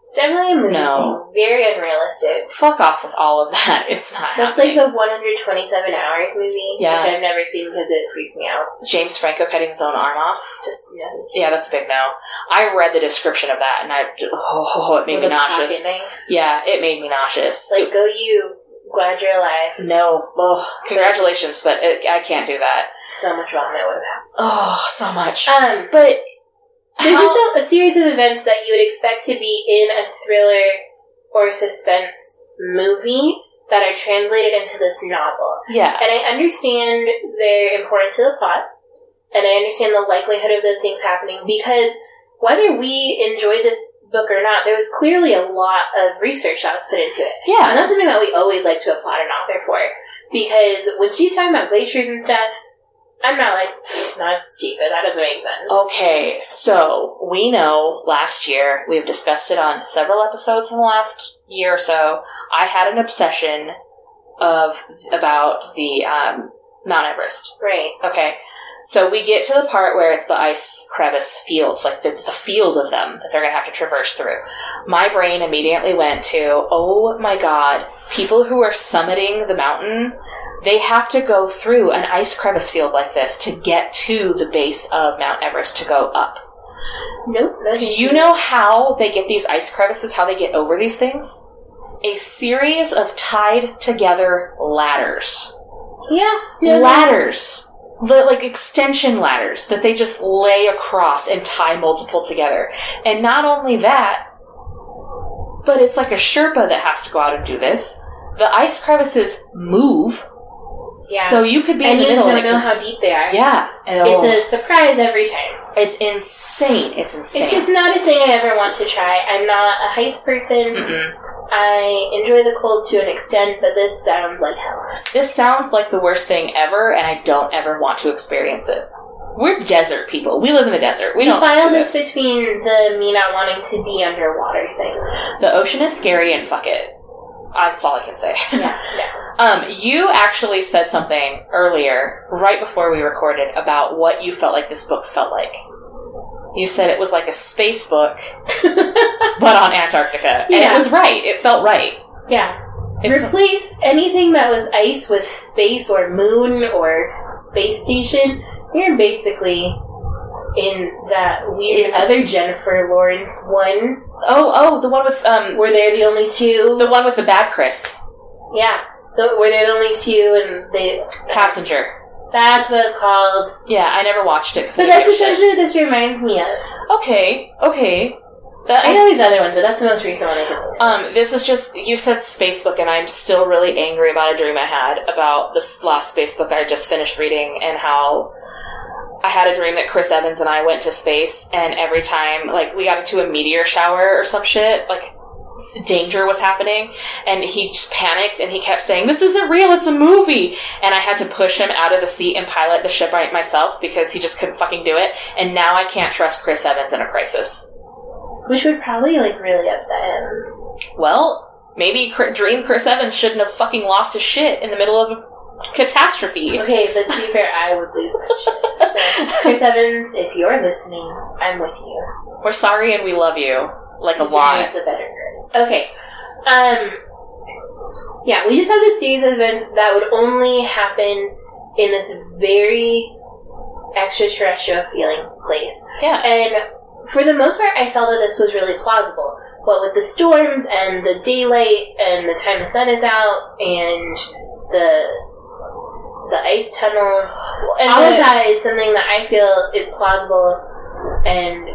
S2: It's definitely a movie
S1: No.
S2: thing. Very unrealistic.
S1: fuck off with all of that. It's not.
S2: That's like
S1: happening.
S2: the 127 hours movie,
S1: Yeah.
S2: which I've never seen because it freaks me out.
S1: James Franco cutting his own arm off.
S2: Just no.
S1: Yeah, that's a big no. I read the description of that and I oh, it made
S2: With
S1: me
S2: a pocket
S1: nauseous.
S2: knife.
S1: Yeah, it made me nauseous.
S2: It's like, go you. Glad you're alive.
S1: no, oh, congratulations, but it, I can't do that.
S2: So much vomit would have
S1: Oh, so much.
S2: happened. Um,
S1: But
S2: there's
S1: how-
S2: just a, a series of events that you would expect to be in a thriller or suspense movie that are translated into this novel.
S1: yeah,
S2: And I understand their importance to the plot, and I understand the likelihood of those things happening because whether we enjoy this book or not, there was clearly a lot of research that was put into it.
S1: yeah.
S2: And that's something that we always like to applaud an author for. Because when she's talking about glaciers and stuff, I'm not like, "Pfft, no, that's stupid. That doesn't make sense.
S1: Okay, so we know last year, we've discussed it on several episodes in the last year or so. I had an obsession of about the um, Mount Everest.
S2: Right.
S1: Okay, so we get to the part where it's the ice crevice fields, like it's a field of them that they're gonna have to traverse through. My brain immediately went to, oh my god, people who are summiting the mountain, they have to go through an ice crevice field like this to get to the base of Mount Everest to go up.
S2: Nope.
S1: Do you know how they get these ice crevices, how they get over these things? A series of tied together ladders.
S2: Yeah.
S1: ladders. Li- like extension ladders that they just lay across and tie multiple together. And not only that, but it's like a Sherpa that has to go out and do this. The ice crevices move.
S2: Yeah.
S1: So you could be in
S2: And
S1: the
S2: you
S1: middle.
S2: don't
S1: and it
S2: know
S1: could-
S2: how deep they are.
S1: yeah. And oh,
S2: It's a surprise every time.
S1: it's insane. It's insane. Hmm.
S2: It's just not a thing I ever want to try. I'm not a heights person.
S1: Mm-mm.
S2: I enjoy the cold to an extent, but this sounds like hell.
S1: This sounds like the worst thing ever, and I don't ever want to experience it. We're desert people. We live in the desert. We
S2: We
S1: don't
S2: file
S1: do
S2: this
S1: this.
S2: between the me not wanting to be underwater thing.
S1: The ocean is scary and fuck it. That's all I can say.
S2: Yeah, yeah.
S1: Um, you actually said something earlier, right before we recorded, about what you felt like this book felt like. You said it was like a space book, but on Antarctica, and it
S2: Yeah.
S1: was right. It felt right.
S2: Yeah.
S1: It felt-
S2: Replace anything that was ice with space or moon or space station. You're basically in that weird
S1: Yeah.
S2: other Jennifer Lawrence one
S1: oh, oh, the one with um,
S2: where they're the only two.
S1: the one with the bad Chris
S2: yeah. The, where they're the only two and they.
S1: passenger.
S2: That's what it's called.
S1: Yeah, I never watched it. 'cause I
S2: But
S1: didn't
S2: that's
S1: give a shit.
S2: essentially what this reminds me of.
S1: okay. Okay, that,
S2: I know there's other ones, but that's the most recent one I can think of.
S1: Um, this is just you said Facebook, and I'm still really angry about a dream I had about this last Facebook I just finished reading, and how I had a dream that Chris Evans and I went to space, and every time like we got into a meteor shower or some shit, like danger was happening, and he just panicked and he kept saying, "This isn't real, it's a movie," and I had to push him out of the seat and pilot the ship right myself because he just couldn't fucking do it, and now I can't trust Chris Evans in a crisis.
S2: Which would probably, like, really upset him.
S1: Well, maybe Cr- Dream Chris Evans shouldn't have fucking lost his shit in the middle of a catastrophe.
S2: Okay, but to be fair, I would lose my shit. So, Chris Evans, if you're listening, I'm with you.
S1: We're sorry and we love you. Like a
S2: You
S1: lot.
S2: make The better Chris. Okay. Um. Yeah, we just have this series of events that would only happen in this very extraterrestrial feeling place.
S1: Yeah.
S2: And for the most part, I felt that this was really plausible. What with the storms and the daylight and the time the sun is out and the the ice tunnels,
S1: And
S2: all of
S1: the-
S2: that is something that I feel is plausible, and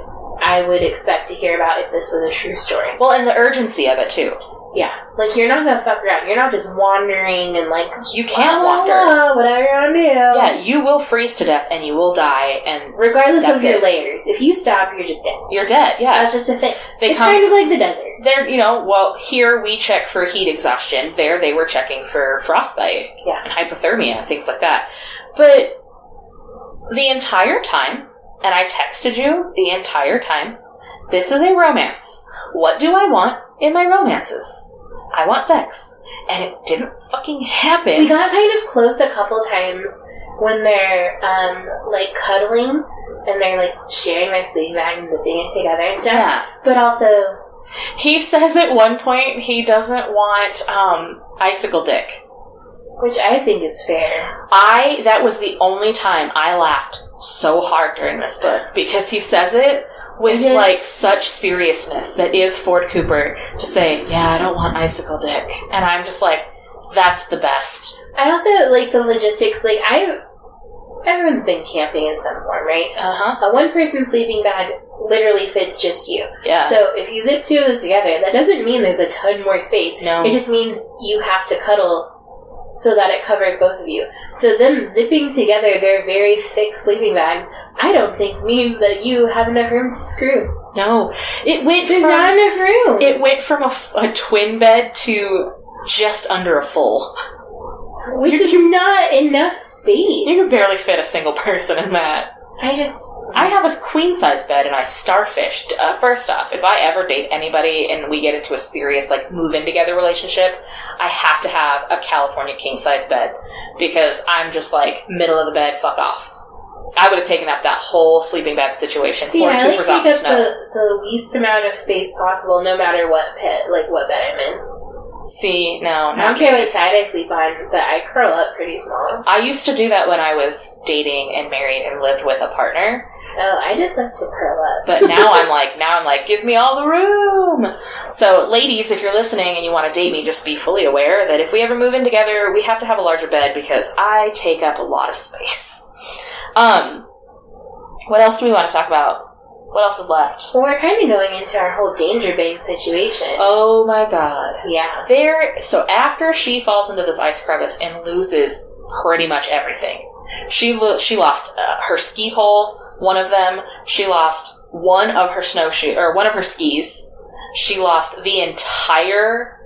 S2: I would expect to hear about if this was a true story.
S1: Well, and the urgency of it too.
S2: Yeah, like you're not gonna fuck around. You're not just wandering and like
S1: You can't
S2: "Wah, wah,
S1: wander.
S2: wah, whatever you want to do.
S1: Yeah, you will freeze to death and you will die and
S2: Regardless
S1: That's
S2: of your
S1: it.
S2: layers, if you stop, you're just dead.
S1: you're dead. Yeah.
S2: That's just a thing.
S1: They
S2: it's
S1: come
S2: kind of like the desert.
S1: they're you know, well, here we check for heat exhaustion. There they were checking for frostbite.
S2: Yeah.
S1: And hypothermia and things like that. But the entire time, and I texted you the entire time, this is a romance. What do I want in my romances? I want sex. And it didn't fucking happen.
S2: We got kind of close a couple times when they're um, like cuddling and they're like sharing their sleeping bag and zipping it together and stuff.
S1: yeah.
S2: But also,
S1: He says at one point he doesn't want um, icicle dick.
S2: which I think is fair.
S1: I that was the only time I laughed so hard during this book because he says it with
S2: Yes.
S1: like such seriousness that is Ford Cooper to say, "Yeah, I don't want icicle dick," and I'm just like, "That's the best."
S2: I also like the logistics. Like I, everyone's been camping in some form, right?
S1: Uh huh.
S2: A one person sleeping bag literally fits just you.
S1: Yeah.
S2: So if you zip two of those together, that doesn't mean there's a ton more space.
S1: no.
S2: It just means you have to cuddle so that it covers both of you. So them zipping together their very thick sleeping bags, I don't think means that you have enough room to screw.
S1: no. It went
S2: There's
S1: from
S2: not enough room.
S1: it went from a, f- a twin bed to just under a full.
S2: which is not enough space.
S1: You can barely fit a single person in that.
S2: I just
S1: I have a queen size bed and I starfished. Uh, first off, if I ever date anybody and we get into a serious like move in together relationship, I have to have a California king size bed because I'm just like middle of the bed, fuck off. I would have taken up that whole sleeping bag situation.
S2: see
S1: for
S2: I like
S1: Cooper's
S2: take
S1: office,
S2: up the, the least amount of space possible no matter what pet like what bed I'm in.
S1: no. See, no,
S2: I
S1: no.
S2: don't care what side I sleep on, but I curl up pretty small.
S1: I used to do that when I was dating and married and lived with a partner,
S2: Oh, I just like to curl up.
S1: but now I'm like, now I'm like, give me all the room. So, ladies, if you're listening and you want to date me, just be fully aware that if we ever move in together, we have to have a larger bed because I take up a lot of space. Um, what else do we want to talk about? What else is left?
S2: Well, we're kind of going into our whole danger bank situation.
S1: Oh my god.
S2: Yeah.
S1: There, so after she falls into this ice crevice and loses pretty much everything, she lo- she lost uh, her ski pole, one of them. She lost one of her snowshoe or one of her skis. She lost the entire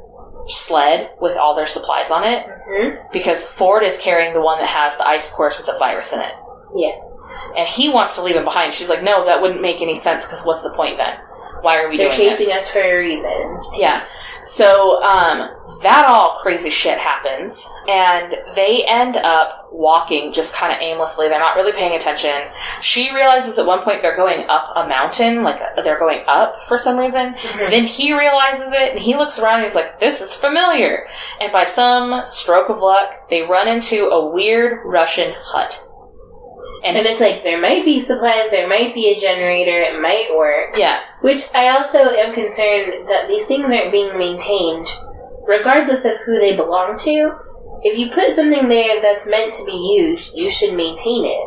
S1: sled with all their supplies on it
S2: Mm-hmm.
S1: because Ford is carrying the one that has the ice cores with the virus in it.
S2: Yes.
S1: And he wants to leave him behind. She's like, no, that wouldn't make any sense because what's the point then? Why are we
S2: They're
S1: doing
S2: chasing
S1: this?
S2: us for a reason.
S1: Yeah. So um, that all crazy shit happens, and they end up walking just kind of aimlessly. They're not really paying attention. She realizes at one point they're going up a mountain, like uh, they're going up for some reason. Then he realizes it and he looks around and he's like, this is familiar. And by some stroke of luck, they run into a weird Russian hut. And,
S2: And it's like there might be supplies, there might be a generator, it might work.
S1: yeah,
S2: Which I also am concerned that these things aren't being maintained, regardless of who they belong to. If you put something there that's meant to be used, you should maintain it.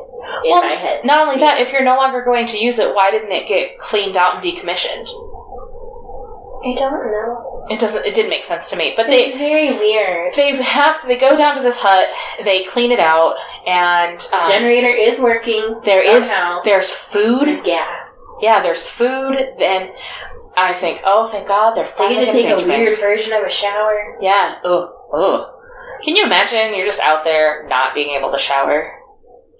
S2: In
S1: Well,
S2: my head,
S1: not only that, if you're no longer going to use it, why didn't it get cleaned out and decommissioned?
S2: I don't know.
S1: It doesn't, it didn't make sense to me. But they,
S2: It's very weird.
S1: they have, they go down to this hut, they clean it out, and um,
S2: generator is working.
S1: there is,
S2: somehow.
S1: there's food.
S2: There's gas.
S1: Yeah, there's food. And I think, oh, thank God, they're
S2: They
S1: finally
S2: get to
S1: gonna
S2: take a
S1: change it.
S2: weird version of a shower.
S1: Yeah. Oh. Oh. Can you imagine? You're just out there not being able to shower.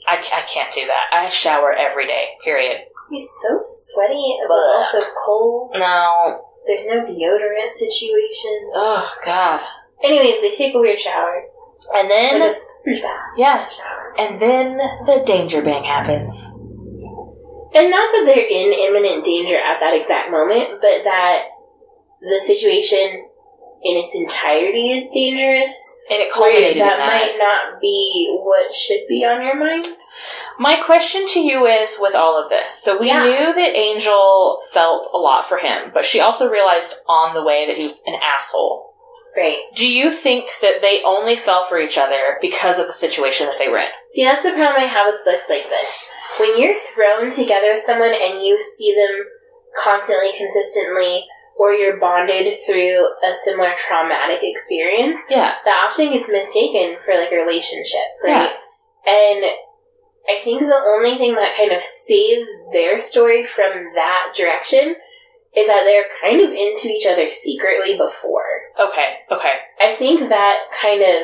S1: I, ca- I can't do that. I shower every day. Period.
S2: You're so sweaty, but
S1: Ugh.
S2: also cold.
S1: No.
S2: There's no deodorant situation.
S1: Oh God.
S2: Anyways, they take a weird shower.
S1: And
S2: And
S1: then
S2: a sponge bath
S1: yeah.
S2: shower.
S1: And then the danger bang happens.
S2: And not that they're in imminent danger at that exact moment, but that the situation in its entirety is dangerous.
S1: And it
S2: Where
S1: culminated in
S2: that,
S1: that.
S2: might not be what should be on your mind.
S1: My question to you is with all of this. So we
S2: Yeah.
S1: knew that Angel felt a lot for him, but she also realized on the way that he was an asshole.
S2: Right.
S1: Do you think that they only fell for each other because of the situation that they were in?
S2: See, that's the problem I have with books like this. When you're thrown together with someone and you see them constantly, consistently, or you're bonded through a similar traumatic experience,
S1: Yeah.
S2: that often gets mistaken for like a relationship, right?
S1: Yeah.
S2: And I think the only thing that kind of saves their story from that direction is that they're kind of into each other secretly before.
S1: Okay. Okay.
S2: I think that kind of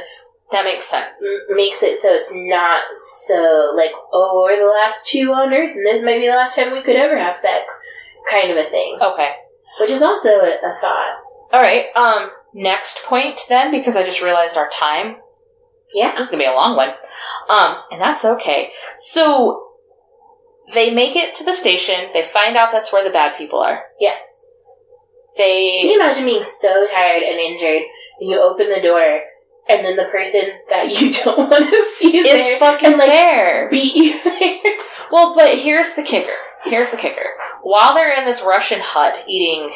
S1: That makes sense.
S2: m- makes it so it's not so like, oh, we're the last two on earth and this might be the last time we could ever have sex kind of a thing,
S1: Okay.
S2: which is also a, a thought.
S1: All right. Um, next point then, because I just realized our time.
S2: Yeah.
S1: This is gonna be a long one. Um, and that's okay. So they make it to the station. They find out that's where the bad people are.
S2: Yes. Can
S1: They
S2: you imagine being so tired and injured, and you open the door, and then the person that you don't want to see is,
S1: is
S2: there,
S1: fucking
S2: and, like,
S1: there.
S2: beat you there?
S1: Well, but here's the kicker. Here's the kicker. While they're in this Russian hut eating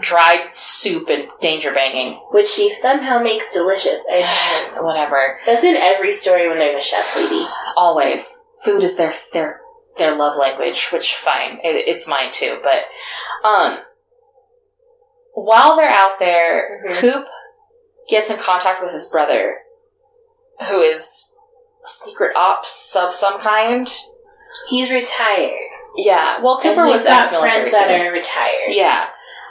S1: dried soup and danger banging,
S2: Which she somehow makes delicious. I
S1: whatever.
S2: that's in every story when there's a chef lady.
S1: always food is their their their love language which fine it, it's mine too but um while they're out there
S2: Mhm.
S1: coop gets in contact with his brother who is secret ops of some kind
S2: He's retired.
S1: yeah well cooper
S2: and
S1: was
S2: he's got
S1: ex-military
S2: friends that
S1: too.
S2: are retired.
S1: yeah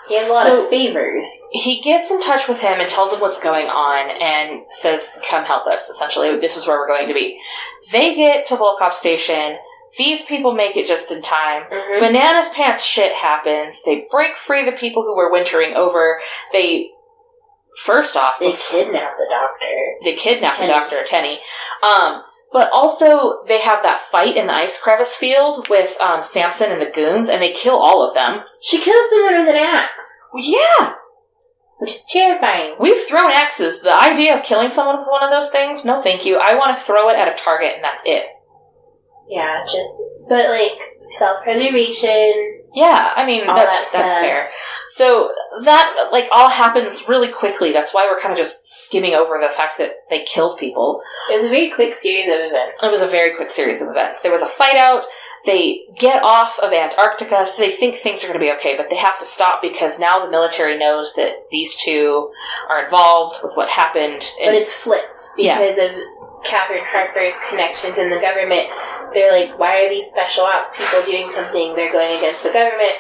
S2: He has a lot
S1: So-
S2: of favors.
S1: he gets in touch with him and tells him what's going on and says, Come help us, essentially. This is where we're going to be. They get to Volkov Station. These people make it just in time.
S2: Mhm.
S1: Bananas Pants shit happens. They break free the people who were wintering over. They, first off,
S2: They kidnapped the doctor.
S1: they kidnap
S2: Tenny.
S1: the doctor, Tenny. Um, but also, they have that fight in the ice crevice field with um, Samson and the goons, and they kill all of them.
S2: She kills someone with an axe,
S1: Yeah!
S2: which is terrifying.
S1: We've thrown axes. The idea of killing someone with one of those things, no thank you. I want to throw it at a target and that's it.
S2: Yeah, just but like self preservation.
S1: Yeah, I mean
S2: All
S1: that's
S2: that
S1: that's
S2: stuff.
S1: fair. So that like all happens really quickly. That's why we're kind of just skimming over the fact that they killed people.
S2: It was a very quick series of events.
S1: It was a very quick series of events. There was a fight out. They get off of Antarctica. They think things are going to be okay, but they have to stop because now the military knows that these two are involved with what happened.
S2: but it's flipped
S1: Yeah.
S2: because of Catherine Harper's connections in the government. They're like, why are these special ops people doing something? They're going against the government.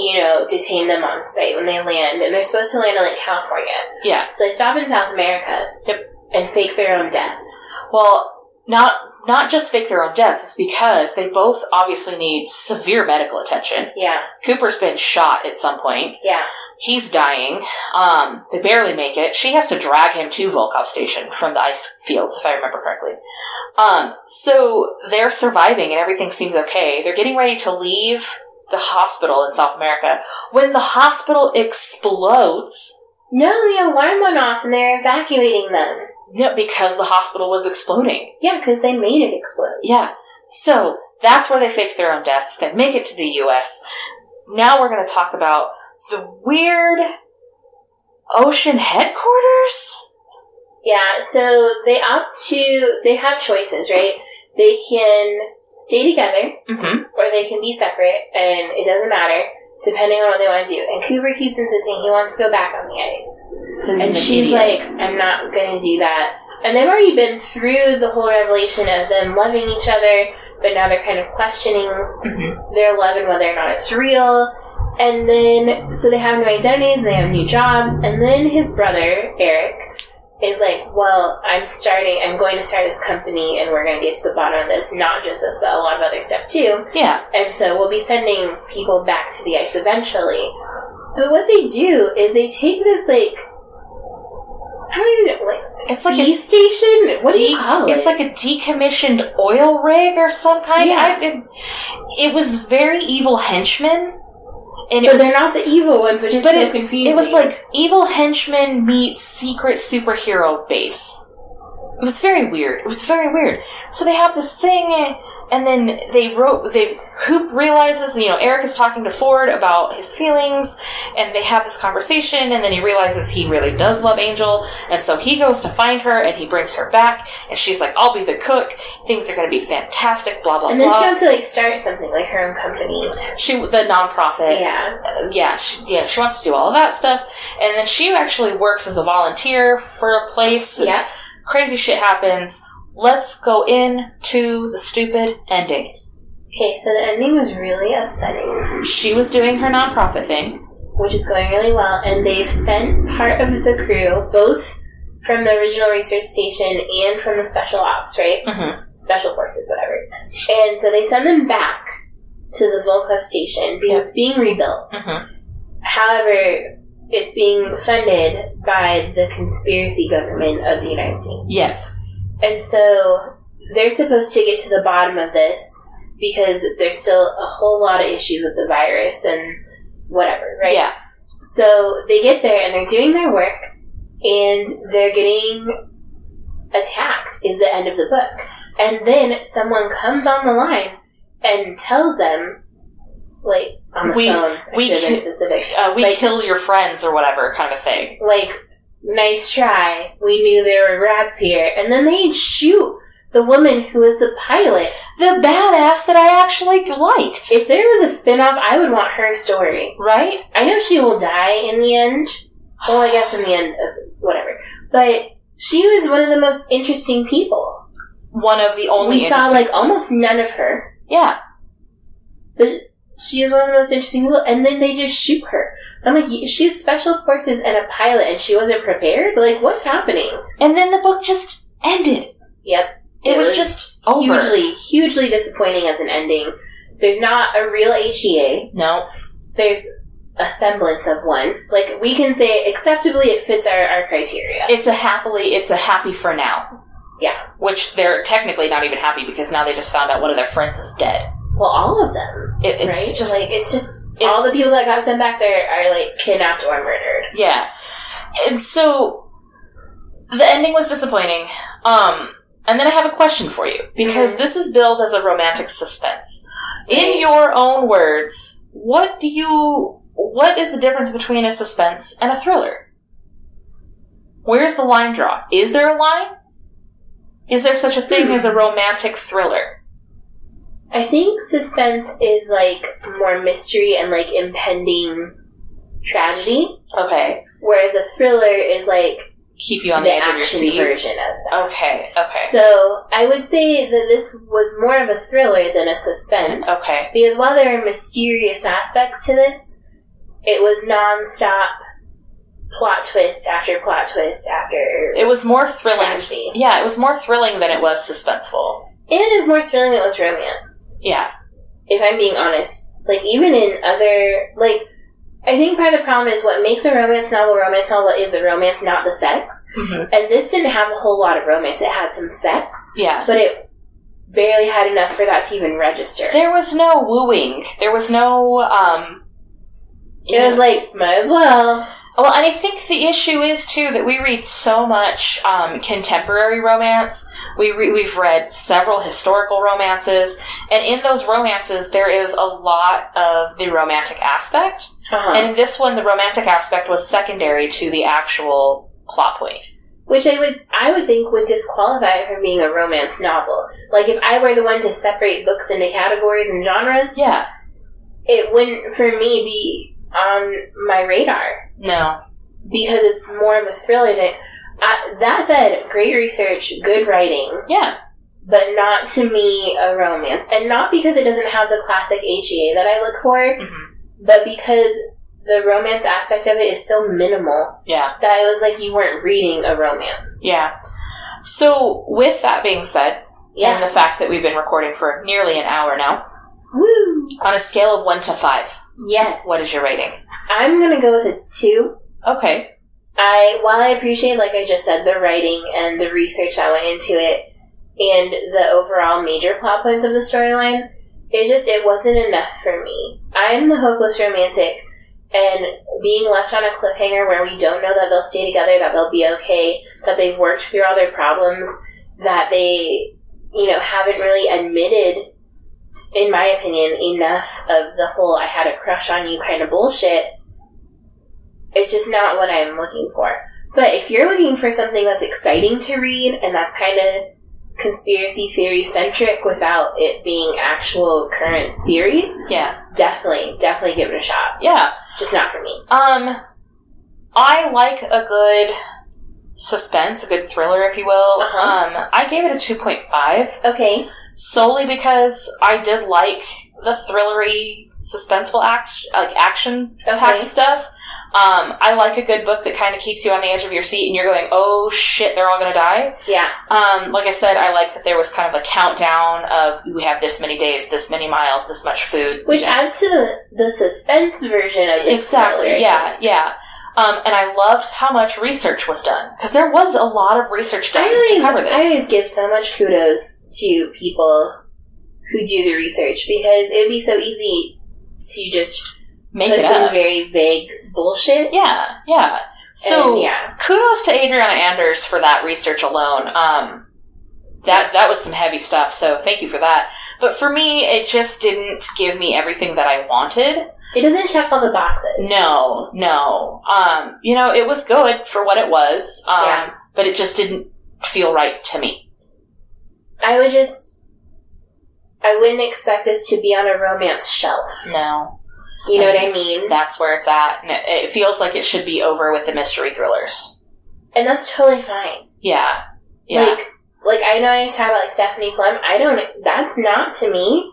S2: you know, detain them on site when they land, and they're supposed to land in like California.
S1: Yeah.
S2: So they stop in South America.
S1: Yep.
S2: And fake their own deaths.
S1: Well, not not just fake their own deaths. It's because they both obviously need severe medical attention.
S2: Yeah,
S1: Cooper's been shot at some point.
S2: yeah,
S1: He's dying. Um, they barely make it. She has to drag him to Volkov Station from the ice fields, if I remember correctly. Um, so they're surviving and everything seems okay. They're getting ready to leave the hospital in South America when the hospital explodes.
S2: No, the alarm went off and they're evacuating them.
S1: No, because the hospital was exploding.
S2: Yeah, because they made it explode.
S1: Yeah. So that's where they fake their own deaths. They make it to the US. Now we're going to talk about the weird ocean headquarters.
S2: Yeah, so they opt to, they have choices, right? They can stay together
S1: Mm-hmm.
S2: or they can be separate and it doesn't matter, depending on what they want to do. And Cooper keeps insisting he wants to go back on the ice. And she's like, I'm not going to do that. And they've already been through the whole revelation of them loving each other, but now they're kind of questioning their love and whether or not it's real. And then, so they have new identities and they have new jobs. And then his brother, Eric, is like, Well, I'm starting, I'm going to start this company and we're going to get to the bottom of this, not just this, but a lot of other stuff too.
S1: yeah.
S2: And so we'll be sending people back to the ice eventually. But what they do is they take this like I don't even know like
S1: It's
S2: sea
S1: like a
S2: station. What do you
S1: dec-
S2: call it?
S1: It's like a decommissioned oil rig or some kind.
S2: Yeah.
S1: I, it, it was very evil henchmen. And it
S2: but
S1: was,
S2: they're not the evil ones, which is
S1: But
S2: so confusing.
S1: it was like evil henchman meets secret superhero base. It was very weird. It was very weird. So they have this thing, and then they wrote. They Hoop realizes, you know, Eric is talking to Ford about his feelings, and they have this conversation, and then he realizes he really does love Angel, and so he goes to find her, and he brings her back, and she's like, "I'll be the cook. Things are going to be fantastic." Blah blah
S2: and then
S1: blah.
S2: she wants to like start something like her own company.
S1: she, the nonprofit,
S2: Yeah,
S1: yeah, she, yeah, she wants to do all of that stuff, and then she actually works as a volunteer for a place. and
S2: yeah.
S1: Crazy shit happens. Let's go in to the stupid ending.
S2: Okay, so the ending was really upsetting,
S1: She was doing her nonprofit thing.
S2: which is going really well, and they've sent part of the crew, both from the original research station and from the special ops, right?
S1: Mm-hmm.
S2: special forces, whatever. And so they send them back to the Volkov station because it's being rebuilt.
S1: Mhm.
S2: However, it's being funded by the conspiracy government of the United States.
S1: Yes.
S2: And so they're supposed to get to the bottom of this because there's still a whole lot of issues with the virus and whatever, right?
S1: Yeah.
S2: So they get there and they're doing their work and they're getting attacked is the end of the book. And then someone comes on the line and tells them like on the
S1: We-
S2: phone, I
S1: we
S2: should have been
S1: ki-
S2: specific.
S1: Uh, we
S2: Like-
S1: kill your friends or whatever kind of thing.
S2: Like, nice try. We knew there were rats here. And then they shoot the woman who is the pilot.
S1: The badass that I actually liked.
S2: If there was a spin-off, I would want her story.
S1: Right?
S2: I know she will die in the end. Well, I guess in the end, of whatever. But she was one of the most interesting people.
S1: One of the only.
S2: we saw
S1: interesting-
S2: like almost none of her,
S1: Yeah.
S2: but she is one of the most interesting people. And then they just shoot her. I'm like, y- she's special forces and a pilot, and she wasn't prepared. Like, what's happening?
S1: And then the book just ended.
S2: Yep,
S1: It,
S2: It
S1: was,
S2: was
S1: just over.
S2: hugely, hugely disappointing as an ending. There's not a real HEA.
S1: No.
S2: There's a semblance of one. Like we can say acceptably, it fits our, our criteria.
S1: It's a happily. It's a happy for now.
S2: yeah.
S1: which they're technically not even happy because now they just found out one of their friends is dead.
S2: Well, all of them,
S1: It, it's
S2: right?
S1: just
S2: like it's just
S1: it's-
S2: all the people that got sent back there are like kidnapped or murdered.
S1: yeah, and so the ending was disappointing. Um, and then I have a question for you because
S2: Mhm.
S1: this is billed as a romantic suspense.
S2: Right.
S1: In your own words, what do you? What is the difference between a suspense and a thriller? Where's the line draw? Is there a line? Is there such a thing
S2: Hmm.
S1: as a romantic thriller?
S2: I think suspense is like more mystery and like impending tragedy,
S1: Okay.
S2: whereas a thriller is like
S1: keep you on the,
S2: the
S1: edge of your
S2: action
S1: seat.
S2: version of that.
S1: Okay, okay,
S2: So I would say that this was more of a thriller than a suspense.
S1: okay.
S2: Because while there are mysterious aspects to this, it was non-stop plot twist after plot twist after
S1: It was more thrilling.
S2: tragedy.
S1: Yeah, it was more thrilling than it was suspenseful.
S2: And it is more thrilling than it was romance,
S1: Yeah,
S2: if I'm being honest. Like, even in other, like, I think part of the problem is what makes a romance novel a romance novel is the romance, not the sex. And this didn't have a whole lot of romance. It had some sex,
S1: yeah.
S2: but it barely had enough for that to even register.
S1: There was no wooing. There was no. um
S2: It was like, might as well.
S1: Well, and I think the issue is too that we read so much um, contemporary romance. We re- we've read several historical romances, and in those romances, there is a lot of the romantic aspect.
S2: Uh-huh.
S1: And in this one, the romantic aspect was secondary to the actual plot point.
S2: Which I would I would think would disqualify it from being a romance novel. Like if I were the one to separate books into categories and genres,
S1: Yeah.
S2: it wouldn't for me be on my radar
S1: No.
S2: because it's more of a thriller than. I, that said, great research, good writing,
S1: Yeah.
S2: but not to me a romance, and not because it doesn't have the classic HEA that I look for,
S1: Mhm.
S2: but because the romance aspect of it is so minimal.
S1: Yeah.
S2: that it was like you weren't reading a romance.
S1: Yeah. So, with that being said, and
S2: Yeah.
S1: the fact that we've been recording for nearly an hour now,
S2: Woo.
S1: on a scale of one to five,
S2: Yes.
S1: what is your rating?
S2: I'm gonna go with a two.
S1: Okay.
S2: I while I appreciate, like I just said, the writing and the research that went into it and the overall major plot points of the storyline, it just it wasn't enough for me. I'm the hopeless romantic and being left on a cliffhanger where we don't know that they'll stay together, that they'll be okay, that they've worked through all their problems, that they, you know, haven't really admitted, in my opinion, enough of the whole I had a crush on you kind of bullshit. It's just not what I'm looking for. But if you're looking for something that's exciting to read and that's kind of conspiracy theory centric without it being actual current theories,
S1: Yeah.
S2: definitely, definitely give it a shot.
S1: Yeah.
S2: Just not for me.
S1: Um, I like a good suspense, a good thriller, if you will.
S2: Uh-huh.
S1: Um, I gave it a two point five
S2: Okay.
S1: solely because I did like the thrillery, suspenseful act, like action packed
S2: Okay.
S1: stuff. Um, I like a good book that kind of keeps you on the edge of your seat, and you're going, "Oh shit, they're all gonna die."
S2: Yeah.
S1: Um, like I said, I like that there was kind of a countdown of we have this many days, this many miles, this much food,
S2: Which adds to the, the suspense version of this
S1: Exactly.
S2: thriller.
S1: Yeah. Yeah. Um, and I loved how much research was done because there was a lot of research done
S2: I
S1: to
S2: always,
S1: cover this.
S2: I always give so much kudos to people who do the research because it'd be so easy to just
S1: Make
S2: put
S1: it
S2: some
S1: up.
S2: very vague bullshit.
S1: yeah. Yeah. So
S2: and yeah,
S1: kudos to Adriana Anders for that research alone. Um, that that was some heavy stuff. So thank you for that. But for me, it just didn't give me everything that I wanted.
S2: it doesn't check all the boxes.
S1: No, no. Um, you know, it was good for what it was. Um,
S2: Yeah.
S1: but it just didn't feel right to me.
S2: I would just. I wouldn't expect this to be on a romance shelf.
S1: No.
S2: You know what I mean?
S1: that's where it's at. And it, it feels like it should be over with the mystery thrillers.
S2: And that's totally fine.
S1: Yeah. Yeah.
S2: Like, like I know I used to talk about like Stephanie Plum. I don't. That's not to me.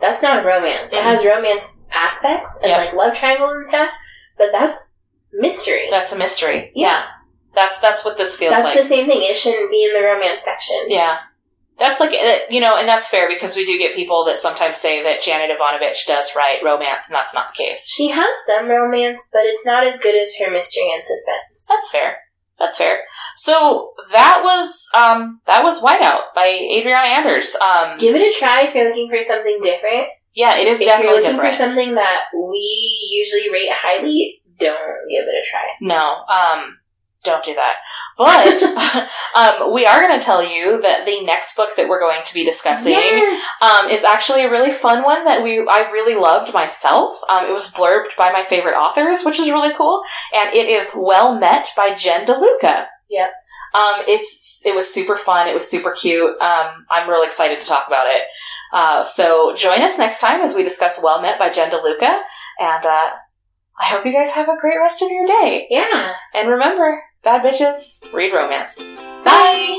S2: That's not romance. It
S1: Mhm.
S2: has romance aspects and
S1: Yeah.
S2: like love triangles and stuff, but that's mystery.
S1: that's a mystery.
S2: yeah,
S1: That's that's what this feels
S2: that's
S1: like.
S2: the same thing. It shouldn't be in the romance section.
S1: yeah. That's like uh, you know, and that's fair because we do get people that sometimes say that Janet Ivanovich does write romance, and that's not the case.
S2: She has some romance, but it's not as good as her mystery and suspense.
S1: That's fair. That's fair. So that was um, that was Whiteout by Adriana Anders. Um,
S2: Give it a try if you're looking for something different.
S1: yeah, it is
S2: if you're
S1: definitely
S2: looking
S1: different.
S2: for something that we usually rate highly, don't give it a try.
S1: No, um, don't do that. But um, we are going to tell you that the next book that we're going to be discussing
S2: Yes.
S1: um, is actually a really fun one that we I really loved myself. Um, it was blurbed by my favorite authors, which is really cool, and it is Well Met by Jen DeLuca.
S2: Yep.
S1: Um, it's it was super fun. It was super cute. Um, I'm really excited to talk about it. Uh, so join us next time as we discuss Well Met by Jen DeLuca, and uh, I hope you guys have a great rest of your day.
S2: yeah.
S1: And remember, Bad bitches, read romance.
S2: Bye.